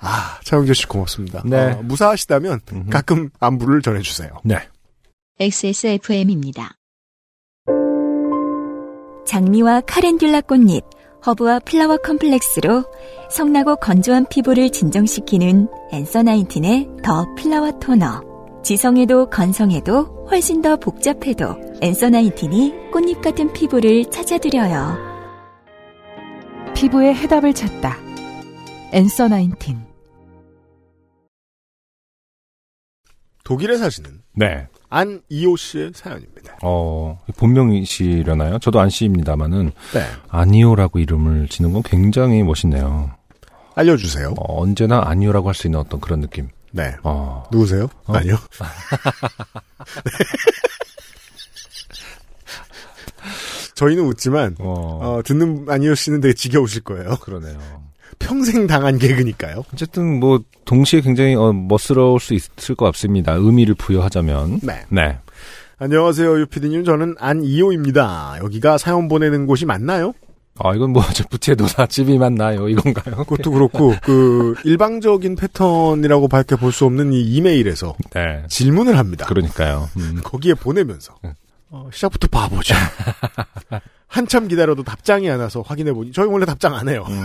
Speaker 1: 아, 차영재 씨 고맙습니다.
Speaker 2: 네.
Speaker 1: 어, 무사하시다면 가끔 안부를 전해주세요.
Speaker 2: 네.
Speaker 3: XSFM입니다.
Speaker 5: 장미와 카렌듈라 꽃잎, 허브와 플라워 컴플렉스로 성나고 건조한 피부를 진정시키는 앤서 나인틴의 더 플라워 토너. 지성에도 건성에도 훨씬 더 복잡해도 앤서 나인틴이 꽃잎 같은 피부를 찾아드려요.
Speaker 6: 피부의 해답을 찾다. 엔서 나인틴.
Speaker 1: 독일에 사시는
Speaker 2: 네.
Speaker 1: 안이오 씨의 사연입니다.
Speaker 2: 어, 본명이시려나요? 저도 안씨입니다마는
Speaker 1: 네.
Speaker 2: 아니오라고 이름을 지는 건 굉장히 멋있네요.
Speaker 1: 알려주세요.
Speaker 2: 어, 언제나 아니오라고 할 수 있는 어떤 그런 느낌.
Speaker 1: 네.
Speaker 2: 어.
Speaker 1: 누구세요? 아니요. 네. 저희는 웃지만,
Speaker 2: 어.
Speaker 1: 어, 듣는 안이오 씨는 되게 지겨우실 거예요.
Speaker 2: 그러네요.
Speaker 1: 평생 당한 개그니까요.
Speaker 2: 어쨌든 뭐 동시에 굉장히 어, 멋스러울 수 있을 것 같습니다. 의미를 부여하자면.
Speaker 1: 네.
Speaker 2: 네.
Speaker 1: 안녕하세요, 유피디님. 저는 안이호입니다. 여기가 사연 보내는 곳이 맞나요?
Speaker 2: 아, 이건 뭐, 저 부채 도사집이 맞나요? 이건가요?
Speaker 1: 그것도 그렇고, 그, 일방적인 패턴이라고 밖에 볼 수 없는 이 이메일에서
Speaker 2: 네.
Speaker 1: 질문을 합니다.
Speaker 2: 그러니까요. 음.
Speaker 1: 거기에 보내면서,
Speaker 2: 네.
Speaker 1: 어, 시작부터 봐보죠. 한참 기다려도 답장이 안 와서 확인해보니, 저희 원래 답장 안 해요.
Speaker 2: 음.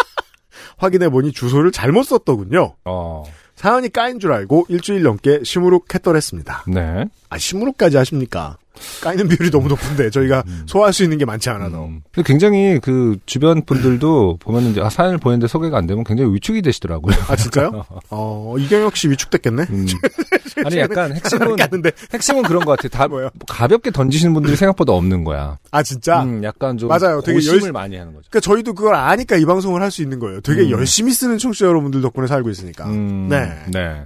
Speaker 1: 확인해보니 주소를 잘못 썼더군요.
Speaker 2: 어.
Speaker 1: 사연이 까인 줄 알고 일주일 넘게 시무룩 했더랬습니다.
Speaker 2: 네.
Speaker 1: 아, 시무룩까지 하십니까? 까이는 비율이 너무 높은데 저희가
Speaker 2: 음.
Speaker 1: 소화할 수 있는 게 많지 않아서
Speaker 2: 음. 근데 굉장히 그 주변 분들도 보면 이제 아, 사연을 보냈는데 소개가 안 되면 굉장히 위축이 되시더라고요.
Speaker 1: 아 진짜요? 어 이경혁 씨 위축됐겠네.
Speaker 2: 음. 아니 약간 핵심은
Speaker 1: 깠는데
Speaker 2: 핵심은 그런 것 같아. 다
Speaker 1: 뭐요?
Speaker 2: 뭐 가볍게 던지시는 분들이 생각보다 없는 거야.
Speaker 1: 아 진짜.
Speaker 2: 음, 약간 좀
Speaker 1: 맞아요. 되게
Speaker 2: 고심을
Speaker 1: 열-
Speaker 2: 많이 하는 거죠.
Speaker 1: 그러니까 저희도 그걸 아니까 이 방송을 할 수 있는 거예요. 되게
Speaker 2: 음.
Speaker 1: 열심히 쓰는 청취자 여러분들 덕분에 살고 있으니까.
Speaker 2: 음,
Speaker 1: 네.
Speaker 2: 네.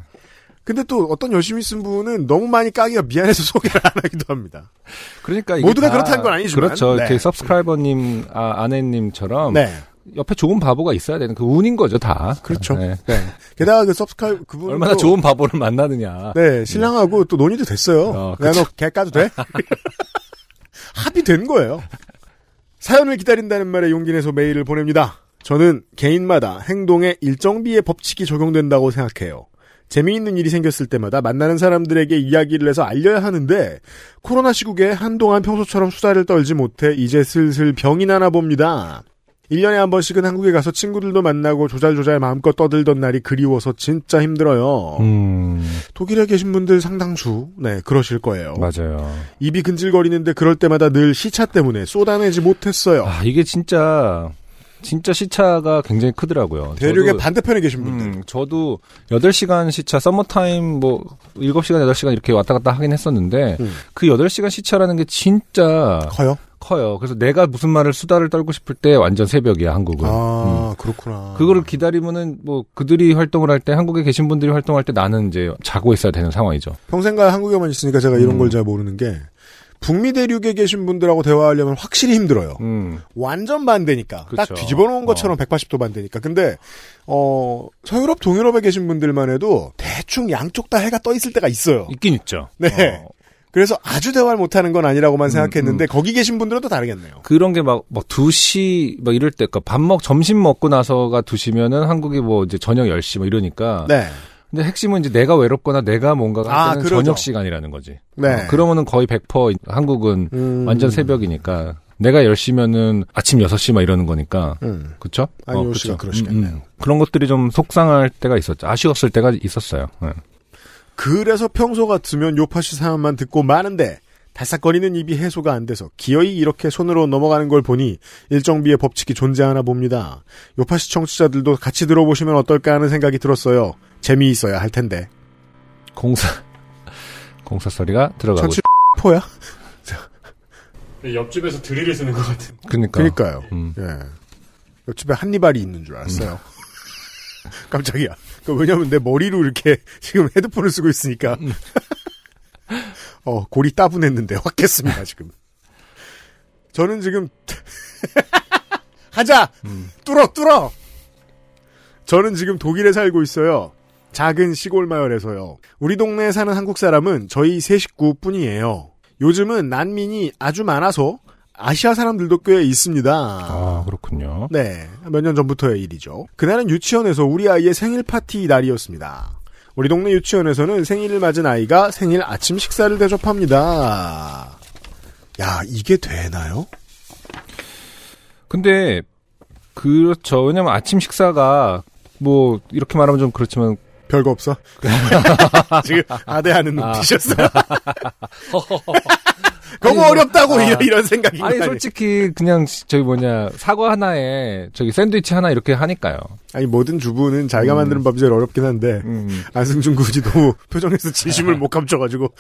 Speaker 1: 근데 또 어떤 열심히 쓴 분은 너무 많이 까기가 미안해서 소개를 안 하기도 합니다.
Speaker 2: 그러니까 이게
Speaker 1: 모두가
Speaker 2: 다-
Speaker 1: 그렇다는 건 아니지만.
Speaker 2: 그렇죠.
Speaker 1: 네.
Speaker 2: 이렇게 섭스크라이버님 아, 아내님처럼
Speaker 1: 네.
Speaker 2: 옆에 좋은 바보가 있어야 되는 그 운인 거죠 다.
Speaker 1: 그렇죠.
Speaker 2: 네.
Speaker 1: 게다가 그 섭스카이 그분
Speaker 2: 얼마나 좋은 바보를 만나느냐.
Speaker 1: 네 신랑하고 또 논의도 됐어요.
Speaker 2: 어,
Speaker 1: 내가 너개 까도 돼? 합의된 거예요. 사연을 기다린다는 말에 용기 내서 메일을 보냅니다. 저는 개인마다 행동에 일정비의 법칙이 적용된다고 생각해요. 재미있는 일이 생겼을 때마다 만나는 사람들에게 이야기를 해서 알려야 하는데 코로나 시국에 한동안 평소처럼 수다를 떨지 못해 이제 슬슬 병이 나나 봅니다. 1년에 한 번씩은 한국에 가서 친구들도 만나고 조잘조잘 마음껏 떠들던 날이 그리워서 진짜 힘들어요.
Speaker 2: 음
Speaker 1: 독일에 계신 분들 상당수 네 그러실 거예요.
Speaker 2: 맞아요.
Speaker 1: 입이 근질거리는데 그럴 때마다 늘 시차 때문에 쏟아내지 못했어요.
Speaker 2: 아 이게 진짜 진짜 시차가 굉장히 크더라고요.
Speaker 1: 대륙의
Speaker 2: 저도-
Speaker 1: 반대편에 계신 분들.
Speaker 2: 음, 저도 8시간 시차, 서머타임 뭐, 7시간, 8시간 이렇게 왔다 갔다 하긴 했었는데,
Speaker 1: 음.
Speaker 2: 그 8시간 시차라는 게 진짜
Speaker 1: 커요?
Speaker 2: 커요. 그래서 내가 무슨 말을 수다를 떨고 싶을 때 완전 새벽이야, 한국은.
Speaker 1: 아, 그렇구나.
Speaker 2: 음. 그거를 기다리면은 뭐, 그들이 활동을 할 때, 한국에 계신 분들이 활동할 때 나는 이제 자고 있어야 되는 상황이죠.
Speaker 1: 평생가 한국에만 있으니까 제가 이런
Speaker 2: 음.
Speaker 1: 걸 잘 모르는 게 북미 대륙에 계신 분들하고 대화하려면 확실히 힘들어요.
Speaker 2: 음. 그렇죠.
Speaker 1: 완전 반대니까.
Speaker 2: 그쵸.
Speaker 1: 딱 뒤집어 놓은 것처럼 180도 반대니까. 근데 어, 서유럽 동유럽에 계신 분들만 해도 대충 양쪽 다 해가 떠 있을 때가 있어요.
Speaker 2: 있긴 있죠.
Speaker 1: 네.
Speaker 2: 어,
Speaker 1: 그래서 아주 대화를 못 하는 건 아니라고만
Speaker 2: 음,
Speaker 1: 생각했는데 거기 계신 분들은 또 다르겠네요.
Speaker 2: 그런 게 막, 막 2시, 막 이럴 때, 그니까 밥 먹, 점심 먹고 나서가 2시면은 한국이 뭐 이제 저녁 10시 뭐 이러니까.
Speaker 1: 네.
Speaker 2: 근데 핵심은 이제 내가 외롭거나 내가 뭔가가
Speaker 1: 아,
Speaker 2: 할 때는
Speaker 1: 그러죠.
Speaker 2: 저녁 시간이라는 거지.
Speaker 1: 네.
Speaker 2: 어, 그러면은 거의 100% 한국은
Speaker 1: 음.
Speaker 2: 완전 새벽이니까 내가 10시면은 아침 6시 막 이러는 거니까.
Speaker 1: 음.
Speaker 2: 그쵸? 어,
Speaker 1: 아니, 요
Speaker 2: 그쵸. 음,
Speaker 1: 시간 그러시겠네요.
Speaker 2: 그런 것들이 좀 속상할 때가 있었죠. 아쉬웠을 때가 있었어요. 네.
Speaker 1: 그래서 평소 같으면 요파시 사연만 듣고 마는데 달싹거리는 입이 해소가 안 돼서 기어이 이렇게 손으로 넘어가는 걸 보니 일정비의 법칙이 존재하나 봅니다. 요파시 청취자들도 같이 들어보시면 어떨까 하는 생각이 들었어요. 재미있어야 할 텐데.
Speaker 2: 공사, 공사 소리가 들어가고.
Speaker 1: 천칠 포야?
Speaker 4: 옆집에서 드릴을 쓰는 것 같은.
Speaker 2: 그니까.
Speaker 1: 그러니까요.
Speaker 2: 음.
Speaker 1: 예. 옆집에 한니발이 있는 줄 알았어요. 깜짝이야. 그 왜냐면 내 머리로 이렇게 지금 헤드폰을 쓰고 있으니까. 어, 골이 따분했는데 확 깼습니다, 지금. 저는 지금 하자. 뚫어 뚫어. 저는 지금 독일에 살고 있어요. 작은 시골 마을에서요. 우리 동네에 사는 한국 사람은 저희 세 식구뿐이에요. 요즘은 난민이 아주 많아서 아시아 사람들도 꽤 있습니다.
Speaker 2: 아, 그렇군요.
Speaker 1: 네, 몇 년 전부터의 일이죠. 그날은 유치원에서 우리 아이의 생일 파티 날이었습니다. 우리 동네 유치원에서는 생일을 맞은 아이가 생일 아침 식사를 대접합니다. 야, 이게 되나요?
Speaker 2: 근데, 그렇죠. 왜냐면 아침 식사가 뭐, 이렇게 말하면 좀 그렇지만
Speaker 1: 별거 없어? 지금 아대하는
Speaker 2: 아.
Speaker 1: 눈빛이었어요. 그거 어렵다고 이런, 이런 생각이
Speaker 2: 뭐, 아. 아니
Speaker 1: 나니.
Speaker 2: 솔직히 그냥 저기 뭐냐 사과 하나에 저기 샌드위치 하나 이렇게 하니까요.
Speaker 1: 아니 모든 주부는 자기가
Speaker 2: 음.
Speaker 1: 만드는 밥이 제일 어렵긴 한데 안승준 군이 너무 표정에서 진심을 못 감춰가지고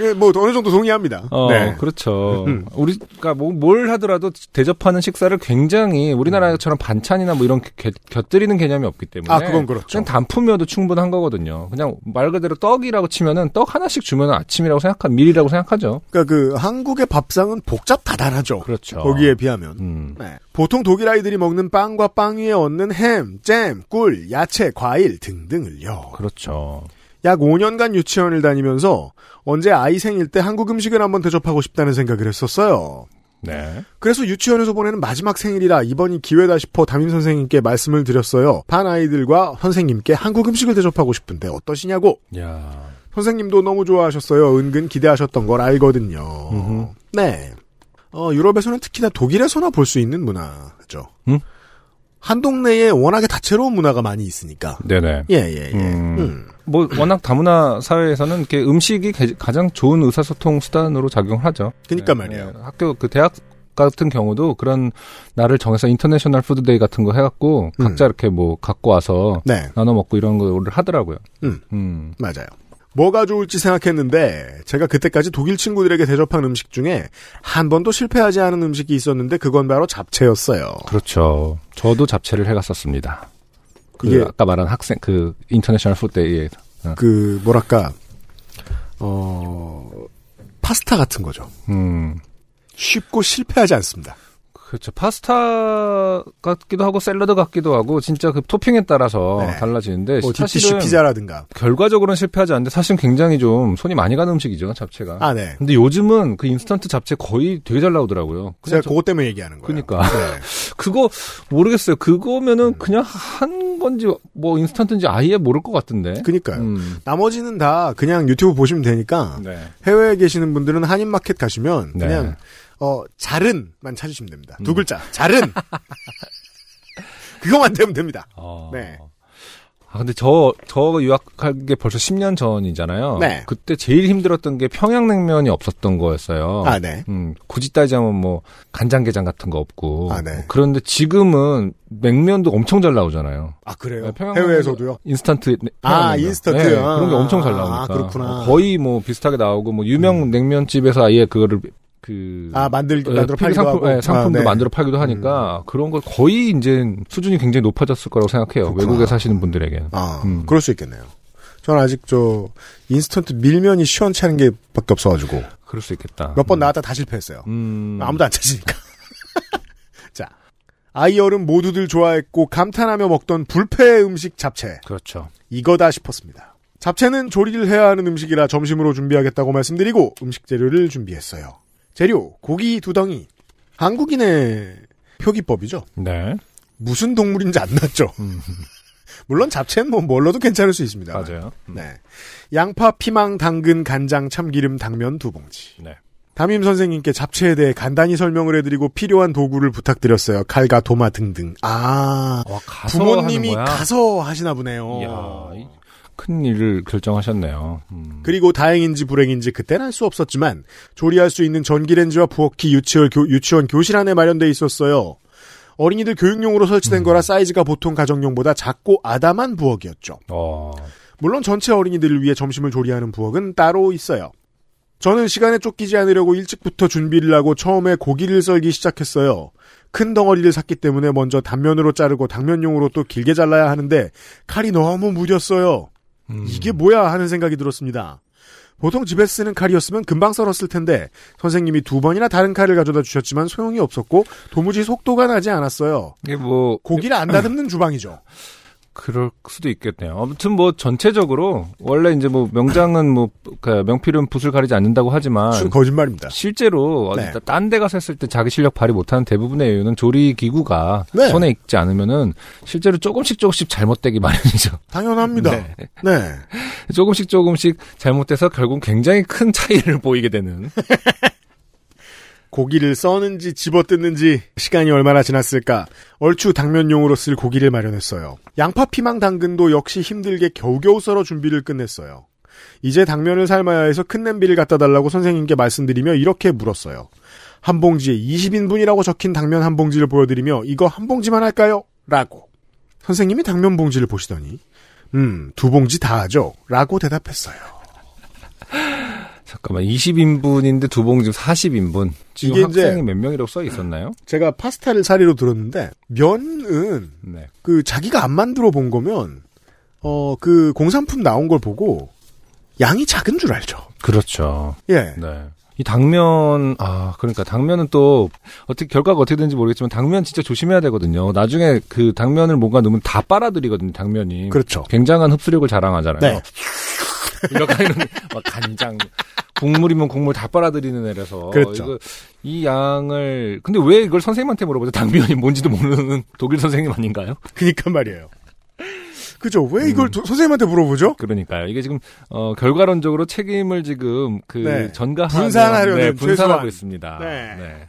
Speaker 1: 예, 뭐 어느 정도 동의합니다.
Speaker 2: 네. 어
Speaker 1: 네.
Speaker 2: 그렇죠.
Speaker 1: 음.
Speaker 2: 우리가 뭐 뭘 하더라도 대접하는 식사를 굉장히 우리나라처럼 반찬이나 뭐 이런 겨- 곁들이는 개념이 없기 때문에
Speaker 1: 아 그건 그렇죠.
Speaker 2: 네. 그냥 단품이어도 충분한 거거든요. 그냥 말 그대로 떡이라고 치면은 떡 하나씩 주면 아침이라고 생각한 밀이라고 생각하죠.
Speaker 1: 그러니까 그 한국의 밥상은 복잡 다단하죠.
Speaker 2: 그렇죠.
Speaker 1: 거기에 비하면.
Speaker 2: 음.
Speaker 1: 네. 보통 독일 아이들이 먹는 빵과 빵 위에 얹는 햄, 잼, 꿀, 야채, 과일 등등을요.
Speaker 2: 그렇죠.
Speaker 1: 약 5년간 유치원을 다니면서 언제 아이 생일 때 한국 음식을 한번 대접하고 싶다는 생각을 했었어요.
Speaker 2: 네.
Speaker 1: 그래서 유치원에서 보내는 마지막 생일이라 이번이 기회다 싶어 담임 선생님께 말씀을 드렸어요. 반 아이들과 선생님께 한국 음식을 대접하고 싶은데 어떠시냐고.
Speaker 2: 야.
Speaker 1: 선생님도 너무 좋아하셨어요. 은근 기대하셨던 걸 알거든요.
Speaker 2: 음흠.
Speaker 1: 네. 어, 유럽에서는 특히나 독일에서나 볼 수 있는 문화죠.
Speaker 2: 음?
Speaker 1: 한 동네에 워낙에 다채로운 문화가 많이 있으니까.
Speaker 2: 네네.
Speaker 1: 예, 예, 예.
Speaker 2: 음.
Speaker 1: 음.
Speaker 2: 뭐 워낙 다문화 사회에서는 이렇게 음식이 개- 가장 좋은 의사소통 수단으로 작용을 하죠.
Speaker 1: 그니까
Speaker 2: 예,
Speaker 1: 그러니까 말이에요.
Speaker 2: 학교 그 대학 같은 경우도 그런 날을 정해서 인터내셔널 푸드데이 같은 거 해갖고
Speaker 1: 음.
Speaker 2: 각자 이렇게 뭐 갖고 와서
Speaker 1: 네,
Speaker 2: 나눠 먹고 이런 거를 하더라고요.
Speaker 1: 음.
Speaker 2: 음.
Speaker 1: 맞아요. 뭐가 좋을지 생각했는데 제가 그때까지 독일 친구들에게 대접한 음식 중에 한 번도 실패하지 않은 음식이 있었는데 그건 바로 잡채였어요.
Speaker 2: 그렇죠. 저도 잡채를 해갔었습니다. 그
Speaker 1: 이게-
Speaker 2: 아까 말한 학생 그 인터내셔널 푸드데이에
Speaker 1: 그 뭐랄까 어 파스타 같은 거죠.
Speaker 2: 음.
Speaker 1: 쉽고 실패하지 않습니다.
Speaker 2: 그렇죠. 파스타 같기도 하고 샐러드 같기도 하고 진짜 그 토핑에 따라서
Speaker 1: 네.
Speaker 2: 달라지는데
Speaker 1: 뭐 DPC
Speaker 2: 사실은
Speaker 1: 피자라든가.
Speaker 2: 결과적으로는 실패하지 않는데 사실은 굉장히 좀 손이 많이 가는 음식이죠 잡채가.
Speaker 1: 아 네.
Speaker 2: 근데 요즘은 그 인스턴트 잡채 거의 되게 잘 나오더라고요.
Speaker 1: 제가
Speaker 2: 그냥 저-
Speaker 1: 그것 때문에 얘기하는 거예요.
Speaker 2: 그러니까.
Speaker 1: 네.
Speaker 2: 그거 모르겠어요. 그거면은
Speaker 1: 음.
Speaker 2: 그냥 한 건지 뭐 인스턴트인지 아예 모를 것 같은데.
Speaker 1: 그니까요.
Speaker 2: 음.
Speaker 1: 나머지는 다 그냥 유튜브 보시면 되니까
Speaker 2: 네.
Speaker 1: 해외에 계시는 분들은 한인마켓 가시면
Speaker 2: 네. 음.
Speaker 1: 그냥 어 자른만 찾으시면 됩니다. 두 글자 자른. 그거만 되면 됩니다.
Speaker 2: 어.
Speaker 1: 네.
Speaker 2: 아 근데 저 저 유학한 게 벌써 10년 전이잖아요.
Speaker 1: 네.
Speaker 2: 그때 제일 힘들었던 게 평양냉면이 없었던 거였어요.
Speaker 1: 아 네.
Speaker 2: 음, 굳이 따지자면 뭐 간장게장 같은 거 없고
Speaker 1: 아, 네.
Speaker 2: 그런데 지금은 냉면도 엄청 잘 나오잖아요.
Speaker 1: 아 그래요.
Speaker 2: 네, 평양
Speaker 1: 해외에서도요.
Speaker 2: 인스턴트 냉-
Speaker 1: 아,
Speaker 2: 냉면.
Speaker 1: 인스턴트.
Speaker 2: 네,
Speaker 1: 아,
Speaker 2: 그런 게 엄청 잘
Speaker 1: 아,
Speaker 2: 나오니까
Speaker 1: 그렇구나. 음.
Speaker 2: 거의 뭐 비슷하게 나오고 뭐 유명 냉면집에서 아예 그거를 그
Speaker 1: 아 만들
Speaker 2: 어,
Speaker 1: 만들어
Speaker 2: 피부
Speaker 1: 팔기도
Speaker 2: 상품,
Speaker 1: 하고
Speaker 2: 예, 상품도
Speaker 1: 아, 네.
Speaker 2: 만들어 팔기도 하니까 그런 걸 거의 이제 수준이 굉장히 높아졌을 거라고 생각해요.
Speaker 1: 그렇구나.
Speaker 2: 외국에 사시는 분들에게는.
Speaker 1: 아
Speaker 2: 음.
Speaker 1: 그럴 수 있겠네요. 저는 아직 저 인스턴트 밀면이 시원찮은 게밖에 없어가지고
Speaker 2: 그럴 수 있겠다.
Speaker 1: 몇 번 나왔다 다 실패했어요.
Speaker 2: 음.
Speaker 1: 아무도 안 찾으니까. 자, 아이 어른 모두들 좋아했고 감탄하며 먹던 불패의 음식 잡채.
Speaker 2: 그렇죠.
Speaker 1: 이거다 싶었습니다. 잡채는 조리를 해야 하는 음식이라 점심으로 준비하겠다고 말씀드리고 음식 재료를 준비했어요. 재료, 고기 두 덩이. 한국인의 표기법이죠.
Speaker 2: 네.
Speaker 1: 무슨 동물인지 안 났죠. 음. 물론 잡채는 뭐 뭘로도 괜찮을 수 있습니다.
Speaker 2: 음. 맞아요.
Speaker 1: 네. 양파, 피망, 당근, 간장, 참기름, 당면 두 봉지.
Speaker 2: 네.
Speaker 1: 담임 선생님께 잡채에 대해 간단히 설명을 해드리고 필요한 도구를 부탁드렸어요. 칼과 도마 등등. 아,
Speaker 2: 음. 와, 가서
Speaker 1: 부모님이
Speaker 2: 하는 거야?
Speaker 1: 가서 하시나 보네요.
Speaker 2: 이야, 이- 큰 일을 결정하셨네요. 음.
Speaker 1: 그리고 다행인지 불행인지 그땐 알 수 없었지만 조리할 수 있는 전기렌지와 부엌이 유치원, 교, 유치원 교실 안에 마련돼 있었어요. 어린이들 교육용으로
Speaker 2: 음.
Speaker 1: 설치된 거라 사이즈가 보통 가정용보다 작고 아담한 부엌이었죠.
Speaker 2: 어,
Speaker 1: 물론 전체 어린이들을 위해 점심을 조리하는 부엌은 따로 있어요. 저는 시간에 쫓기지 않으려고 일찍부터 준비를 하고 처음에 고기를 썰기 시작했어요. 큰 덩어리를 샀기 때문에 먼저 단면으로 자르고 당면용으로 또 길게 잘라야 하는데 칼이 너무 무뎠어요.
Speaker 2: 음.
Speaker 1: 이게 뭐야 하는 생각이 들었습니다. 보통 집에 쓰는 칼이었으면 금방 썰었을 텐데 선생님이 두 번이나 다른 칼을 가져다 주셨지만 소용이 없었고 도무지 속도가 나지 않았어요.
Speaker 2: 이게 뭐
Speaker 1: 고기를 안 다듬는 주방이죠.
Speaker 2: 그럴 수도 있겠네요. 아무튼 뭐 전체적으로 원래 이제 뭐 명장은 뭐 그 명필은 붓을 가리지 않는다고 하지만
Speaker 1: 순 거짓말입니다.
Speaker 2: 실제로
Speaker 1: 네.
Speaker 2: 딴 데 가서 했을 때 자기 실력 발휘 못하는 대부분의 이유는 조리 기구가
Speaker 1: 네.
Speaker 2: 손에 익지 않으면은 실제로 조금씩 조금씩 잘못되기 마련이죠.
Speaker 1: 당연합니다. 네.
Speaker 2: 조금씩 조금씩 잘못돼서 결국 굉장히 큰 차이를 보이게 되는.
Speaker 1: 고기를 써는지 집어뜯는지 시간이 얼마나 지났을까 얼추 당면용으로 쓸 고기를 마련했어요. 양파 피망 당근도 역시 힘들게 겨우겨우 썰어 준비를 끝냈어요. 이제 당면을 삶아야 해서 큰 냄비를 갖다 달라고 선생님께 말씀드리며 이렇게 물었어요. 한 봉지에 20인분이라고 적힌 당면 한 봉지를 보여드리며 이거 한 봉지만 할까요? 라고. 선생님이 당면 봉지를 보시더니 음, 두 봉지 다 하죠. 라고 대답했어요.
Speaker 2: 잠깐만 20인분인데 두 봉지 40인분. 지금
Speaker 1: 이게 이제-
Speaker 2: 학생이 몇 명이라고 써 있었나요?
Speaker 1: 제가 파스타를 사리로 들었는데 면은
Speaker 2: 네.
Speaker 1: 그 자기가 안 만들어 본 거면 어 그 공산품 나온 걸 보고 양이 작은 줄 알죠.
Speaker 2: 그렇죠.
Speaker 1: 예.
Speaker 2: 네. 이 당면 아 그러니까 당면은 또 어떻게 결과가 어떻게 되는지 모르겠지만 당면 진짜 조심해야 되거든요. 나중에 그 당면을 뭔가 넣으면 다 빨아들이거든요. 당면이
Speaker 1: 그렇죠.
Speaker 2: 굉장한 흡수력을 자랑하잖아요.
Speaker 1: 네.
Speaker 2: 이렇게 하는 막 간장 국물이면 국물 다 빨아들이는 애라서
Speaker 1: 그렇죠.
Speaker 2: 이거- 이 양을 근데 왜 이걸 선생님한테 물어보죠? 당면이 뭔지도 모르는 독일 선생님 아닌가요?
Speaker 1: 그니까 그러니까 말이에요. 그죠? 왜 이걸 도- 선생님한테 물어보죠?
Speaker 2: 그러니까요. 이게 지금 어, 결과론적으로 책임을 지금 그
Speaker 1: 네.
Speaker 2: 전가하는
Speaker 1: 분산하려는
Speaker 2: 네, 분산하고
Speaker 1: 최소한.
Speaker 2: 있습니다.
Speaker 1: 네.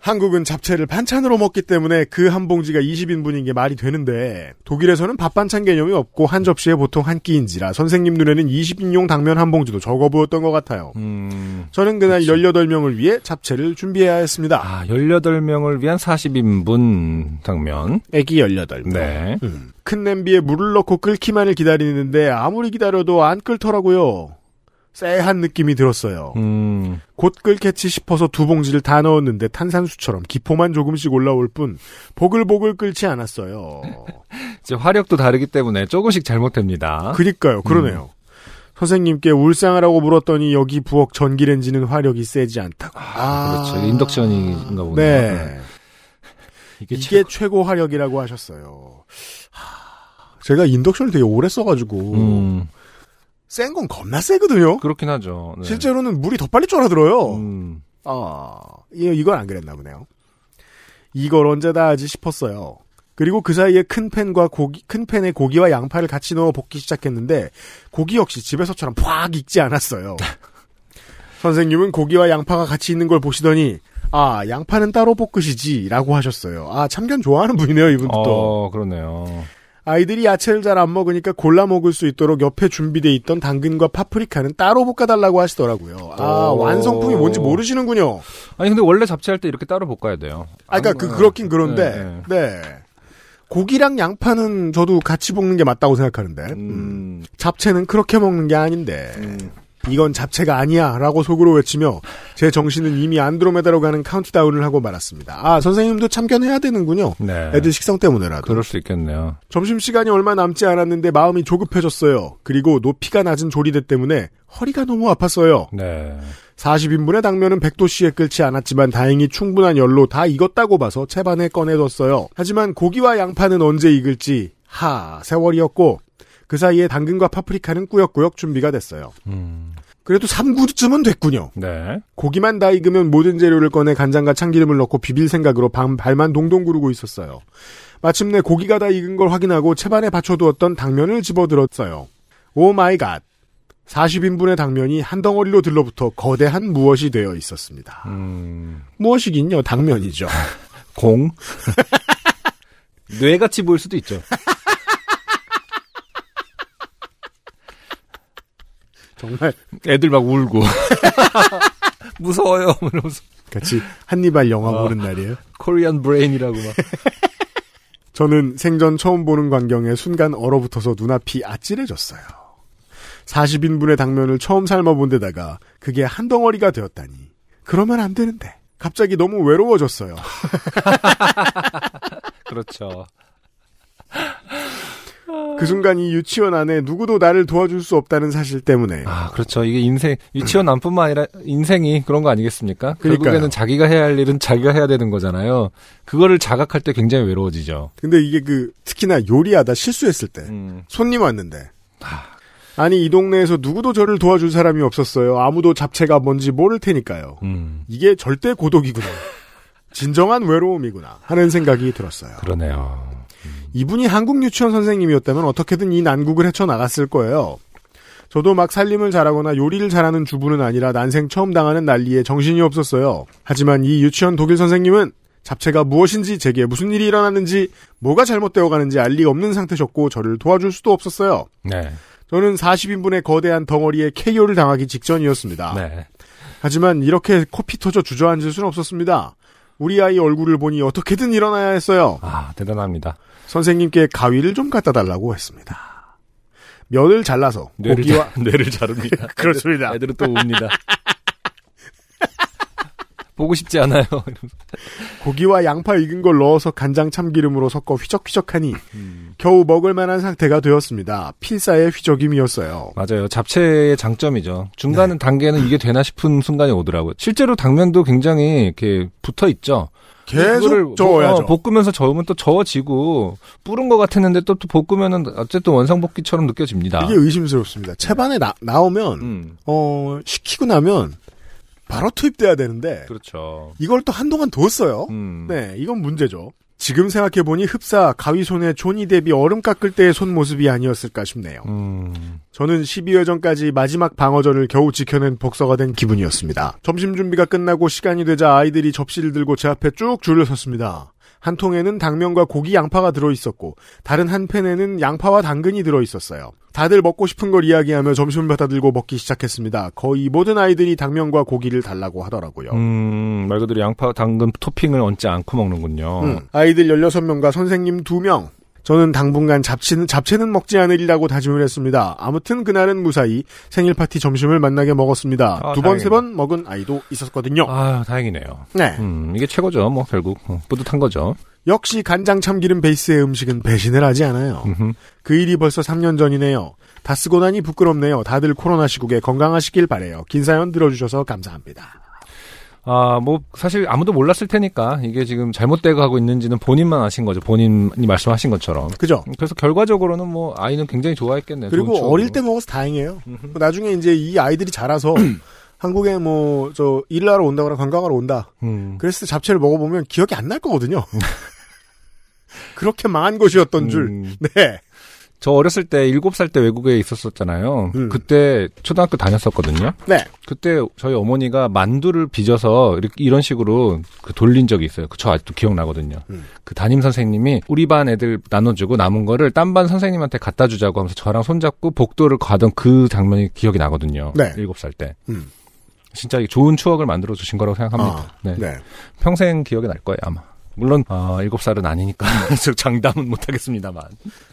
Speaker 1: 한국은 잡채를 반찬으로 먹기 때문에 그 한 봉지가 20인분인 게 말이 되는데 독일에서는 밥 반찬 개념이 없고 한 접시에 보통 한 끼인지라 선생님 눈에는 20인용 당면 한 봉지도 적어 보였던 것 같아요.
Speaker 2: 음.
Speaker 1: 저는 그날
Speaker 2: 그치.
Speaker 1: 18명을 위해 잡채를 준비해야 했습니다.
Speaker 2: 아, 18명을 위한 40인분 당면.
Speaker 1: 애기 18명.
Speaker 2: 네.
Speaker 1: 음. 큰 냄비에 물을 넣고 끓기만을 기다리는데 아무리 기다려도 안 끓더라고요. 쎄한 느낌이 들었어요.
Speaker 2: 음.
Speaker 1: 곧 끓겠지 싶어서 두 봉지를 다 넣었는데 탄산수처럼 기포만 조금씩 올라올 뿐 보글보글 끓지 않았어요.
Speaker 2: 이제 화력도 다르기 때문에 조금씩 잘못됩니다.
Speaker 1: 그니까요. 그러네요.
Speaker 2: 음.
Speaker 1: 선생님께 울상하라고 물었더니 여기 부엌 전기렌지는 화력이 세지 않다고.
Speaker 2: 그렇죠. 인덕션인가 보네요.
Speaker 1: 네.
Speaker 2: 이게,
Speaker 1: 이게 최고 화력이라고 하셨어요. 하, 제가 인덕션을 되게 오래 써가지고
Speaker 2: 음,
Speaker 1: 센 건 겁나 세거든요.
Speaker 2: 그렇긴 하죠. 네.
Speaker 1: 실제로는 물이 더 빨리 쫄아들어요.
Speaker 2: 음,
Speaker 1: 아, 이- 이건 안 그랬나 보네요. 이걸 언제 다 하지 싶었어요. 그리고 그 사이에 큰 팬과 고기, 큰 팬에 고기와 양파를 같이 넣어 볶기 시작했는데, 고기 역시 집에서처럼 팍 익지 않았어요. 선생님은 고기와 양파가 같이 있는 걸 보시더니, 아, 양파는 따로 볶으시지, 라고 하셨어요. 아, 참견 좋아하는 분이네요, 이분도 또.
Speaker 2: 어, 그러네요.
Speaker 1: 아이들이 야채를 잘 안 먹으니까 골라 먹을 수 있도록 옆에 준비돼 있던 당근과 파프리카는 따로 볶아달라고 하시더라고요. 아,
Speaker 2: 오.
Speaker 1: 완성품이 뭔지 모르시는군요.
Speaker 2: 아니 근데 원래 잡채할 때 이렇게 따로 볶아야 돼요.
Speaker 1: 아, 그러니까 그 그렇긴 그런데
Speaker 2: 네,
Speaker 1: 네. 고기랑 양파는 저도 같이 볶는 게 맞다고 생각하는데 음,
Speaker 2: 음,
Speaker 1: 잡채는 그렇게 먹는 게 아닌데 이건 잡채가 아니야라고 속으로 외치며 제 정신은 이미 안드로메다로 가는 카운트다운을 하고 말았습니다. 아 선생님도 참견해야 되는군요.
Speaker 2: 네.
Speaker 1: 애들 식성 때문에라도
Speaker 2: 그럴 수 있겠네요.
Speaker 1: 점심시간이 얼마 남지 않았는데 마음이 조급해졌어요. 그리고 높이가 낮은 조리대 때문에 허리가 너무 아팠어요.
Speaker 2: 네.
Speaker 1: 40인분의 당면은 100도씨에 끓지 않았지만 다행히 충분한 열로 다 익었다고 봐서 채반에 꺼내뒀어요. 하지만 고기와 양파는 언제 익을지 하 세월이었고 그 사이에 당근과 파프리카는 꾸역꾸역 준비가 됐어요.
Speaker 2: 음,
Speaker 1: 그래도 3구쯤은 됐군요.
Speaker 2: 네.
Speaker 1: 고기만 다 익으면 모든 재료를 꺼내 간장과 참기름을 넣고 비빌 생각으로 밤- 발만 동동 구르고 있었어요. 마침내 고기가 다 익은 걸 확인하고 채반에 받쳐두었던 당면을 집어들었어요. 오 마이 갓. 40인분의 당면이 한 덩어리로 들러붙어 거대한 무엇이 되어 있었습니다.
Speaker 2: 음,
Speaker 1: 무엇이긴요, 당면이죠.
Speaker 2: 공. 뇌같이 보일 수도 있죠.
Speaker 1: 정말
Speaker 2: 애들 막 울고. 무서워요. 이러면서.
Speaker 1: 같이 한니발 영화
Speaker 2: 어.
Speaker 1: 보는 날이에요.
Speaker 2: 코리안 브레인이라고 막.
Speaker 1: 저는 생전 처음 보는 광경에 순간 얼어붙어서 눈앞이 아찔해졌어요. 40인분의 당면을 처음 삶아본 데다가 그게 한 덩어리가 되었다니. 그러면 안 되는데. 갑자기 너무 외로워졌어요.
Speaker 2: 그렇죠.
Speaker 1: 그 순간 이 유치원 안에 누구도 나를 도와줄 수 없다는 사실 때문에
Speaker 2: 아, 그렇죠. 이게 인생, 유치원 안뿐만 아니라 인생이 그런 거 아니겠습니까?
Speaker 1: 그러니까요.
Speaker 2: 결국에는 자기가 해야 할 일은 자기가 해야 되는 거잖아요. 그거를 자각할 때 굉장히 외로워지죠.
Speaker 1: 근데 이게 그 특히나 요리하다 실수했을 때
Speaker 2: 음.
Speaker 1: 손님 왔는데 아니 이 동네에서 누구도 저를 도와줄 사람이 없었어요. 아무도 잡채가 뭔지 모를 테니까요.
Speaker 2: 음,
Speaker 1: 이게 절대 고독이구나. 진정한 외로움이구나 하는 생각이 들었어요.
Speaker 2: 그러네요.
Speaker 1: 이분이 한국 유치원 선생님이었다면 어떻게든 이 난국을 헤쳐나갔을 거예요. 저도 막 살림을 잘하거나 요리를 잘하는 주부는 아니라 난생 처음 당하는 난리에 정신이 없었어요. 하지만 이 유치원 독일 선생님은 잡채가 무엇인지 제게 무슨 일이 일어났는지 뭐가 잘못되어 가는지 알 리 없는 상태셨고 저를 도와줄 수도 없었어요.
Speaker 2: 네.
Speaker 1: 저는 40인분의 거대한 덩어리에 KO를 당하기 직전이었습니다.
Speaker 2: 네.
Speaker 1: 하지만 이렇게 코피 터져 주저앉을 수는 없었습니다. 우리 아이 얼굴을 보니 어떻게든 일어나야 했어요.
Speaker 2: 아, 대단합니다.
Speaker 1: 선생님께 가위를 좀 갖다 달라고 했습니다. 면을 잘라서
Speaker 2: 뇌를,
Speaker 1: 고기와
Speaker 2: 자, 뇌를 자릅니다.
Speaker 1: 그렇습니다.
Speaker 2: 애들은 또 웁니다. 보고 싶지 않아요. 이러면서.
Speaker 1: 고기와 양파 익은 걸 넣어서 간장 참기름으로 섞어 휘적휘적하니 겨우 먹을 만한 상태가 되었습니다. 필사의 휘적임이었어요.
Speaker 2: 맞아요. 잡채의 장점이죠. 중간은
Speaker 1: 네.
Speaker 2: 단계는 이게 되나 싶은 순간이 오더라고요. 실제로 당면도 굉장히 이렇게 붙어 있죠.
Speaker 1: 계속
Speaker 2: 그거를
Speaker 1: 뭐- 저어야죠.
Speaker 2: 어, 볶으면서 저으면 또 저어지고 뿌른 것 같았는데 또, 또 볶으면은 어쨌든 원상복귀처럼 느껴집니다.
Speaker 1: 이게 의심스럽습니다. 채반에 나, 나오면
Speaker 2: 음,
Speaker 1: 어, 식히고 나면 바로 투입돼야 되는데
Speaker 2: 그렇죠.
Speaker 1: 네, 이걸 또 한동안 뒀어요.
Speaker 2: 음.
Speaker 1: 네, 이건 문제죠. 지금 생각해보니 흡사 가위손의 조니 데비 얼음 깎을 때의 손모습이 아니었을까 싶네요.
Speaker 2: 음,
Speaker 1: 저는 12회전까지 마지막 방어전을 겨우 지켜낸 복서가 된 기분이었습니다. 점심 준비가 끝나고 시간이 되자 아이들이 접시를 들고 제 앞에 쭉 줄을 섰습니다. 한 통에는 당면과 고기 양파가 들어있었고 다른 한 팬에는 양파와 당근이 들어있었어요. 다들 먹고 싶은 걸 이야기하며 점심을 받아들고 먹기 시작했습니다. 거의 모든 아이들이 당면과 고기를 달라고 하더라고요.
Speaker 2: 음, 말 그대로 양파, 당근 토핑을 얹지 않고 먹는군요.
Speaker 1: 음, 아이들 16명과 선생님 2명. 저는 당분간 잡채는, 잡채는 먹지 않으리라고 다짐을 했습니다. 아무튼 그날은 무사히 생일 파티 점심을 만나게 먹었습니다.
Speaker 2: 아,
Speaker 1: 두
Speaker 2: 다행이네.
Speaker 1: 번, 세 번 먹은 아이도 있었거든요.
Speaker 2: 아유, 다행이네요.
Speaker 1: 네.
Speaker 2: 음, 이게 최고죠. 뭐, 결국. 어, 뿌듯한 거죠.
Speaker 1: 역시 간장 참기름 베이스의 음식은 배신을 하지 않아요.
Speaker 2: 음흠.
Speaker 1: 그 일이 벌써 3년 전이네요. 다 쓰고 나니 부끄럽네요. 다들 코로나 시국에 건강하시길 바래요. 긴 사연 들어주셔서 감사합니다.
Speaker 2: 아, 뭐, 사실 아무도 몰랐을 테니까 이게 지금 잘못되고 하고 있는지는 본인만 아신 거죠. 본인이 말씀하신 것처럼. 음,
Speaker 1: 그죠?
Speaker 2: 그래서 결과적으로는 뭐, 아이는 굉장히 좋아했겠네요.
Speaker 1: 그리고
Speaker 2: 좋은 추억으로.
Speaker 1: 어릴 때 먹어서 다행이에요. 나중에 이제 이 아이들이 자라서 한국에 뭐 저 일하러 온다거나 관광하러 온다.
Speaker 2: 음.
Speaker 1: 그랬을 때 잡채를 먹어보면 기억이 안 날 거거든요. 그렇게 망한 것이었던 줄.
Speaker 2: 음.
Speaker 1: 네.
Speaker 2: 저 어렸을 때, 7살 때 외국에 있었었잖아요.
Speaker 1: 음.
Speaker 2: 그때 초등학교 다녔었거든요.
Speaker 1: 네.
Speaker 2: 그때 저희 어머니가 만두를 빚어서 이렇게 이런 식으로 그 돌린 적이 있어요. 그 저 아직도 기억나거든요.
Speaker 1: 음.
Speaker 2: 그 담임 선생님이 우리 반 애들 나눠주고 남은 거를 딴 반 선생님한테 갖다 주자고 하면서 저랑 손잡고 복도를 가던 그 장면이 기억이 나거든요.
Speaker 1: 네.
Speaker 2: 일곱 살 때.
Speaker 1: 음.
Speaker 2: 진짜 좋은 추억을 만들어 주신 거라고 생각합니다.
Speaker 1: 아,
Speaker 2: 네.
Speaker 1: 네.
Speaker 2: 평생 기억에 날 거예요, 아마. 물론 아, 일곱 살은 아니니까 저 장담은 못 하겠습니다만.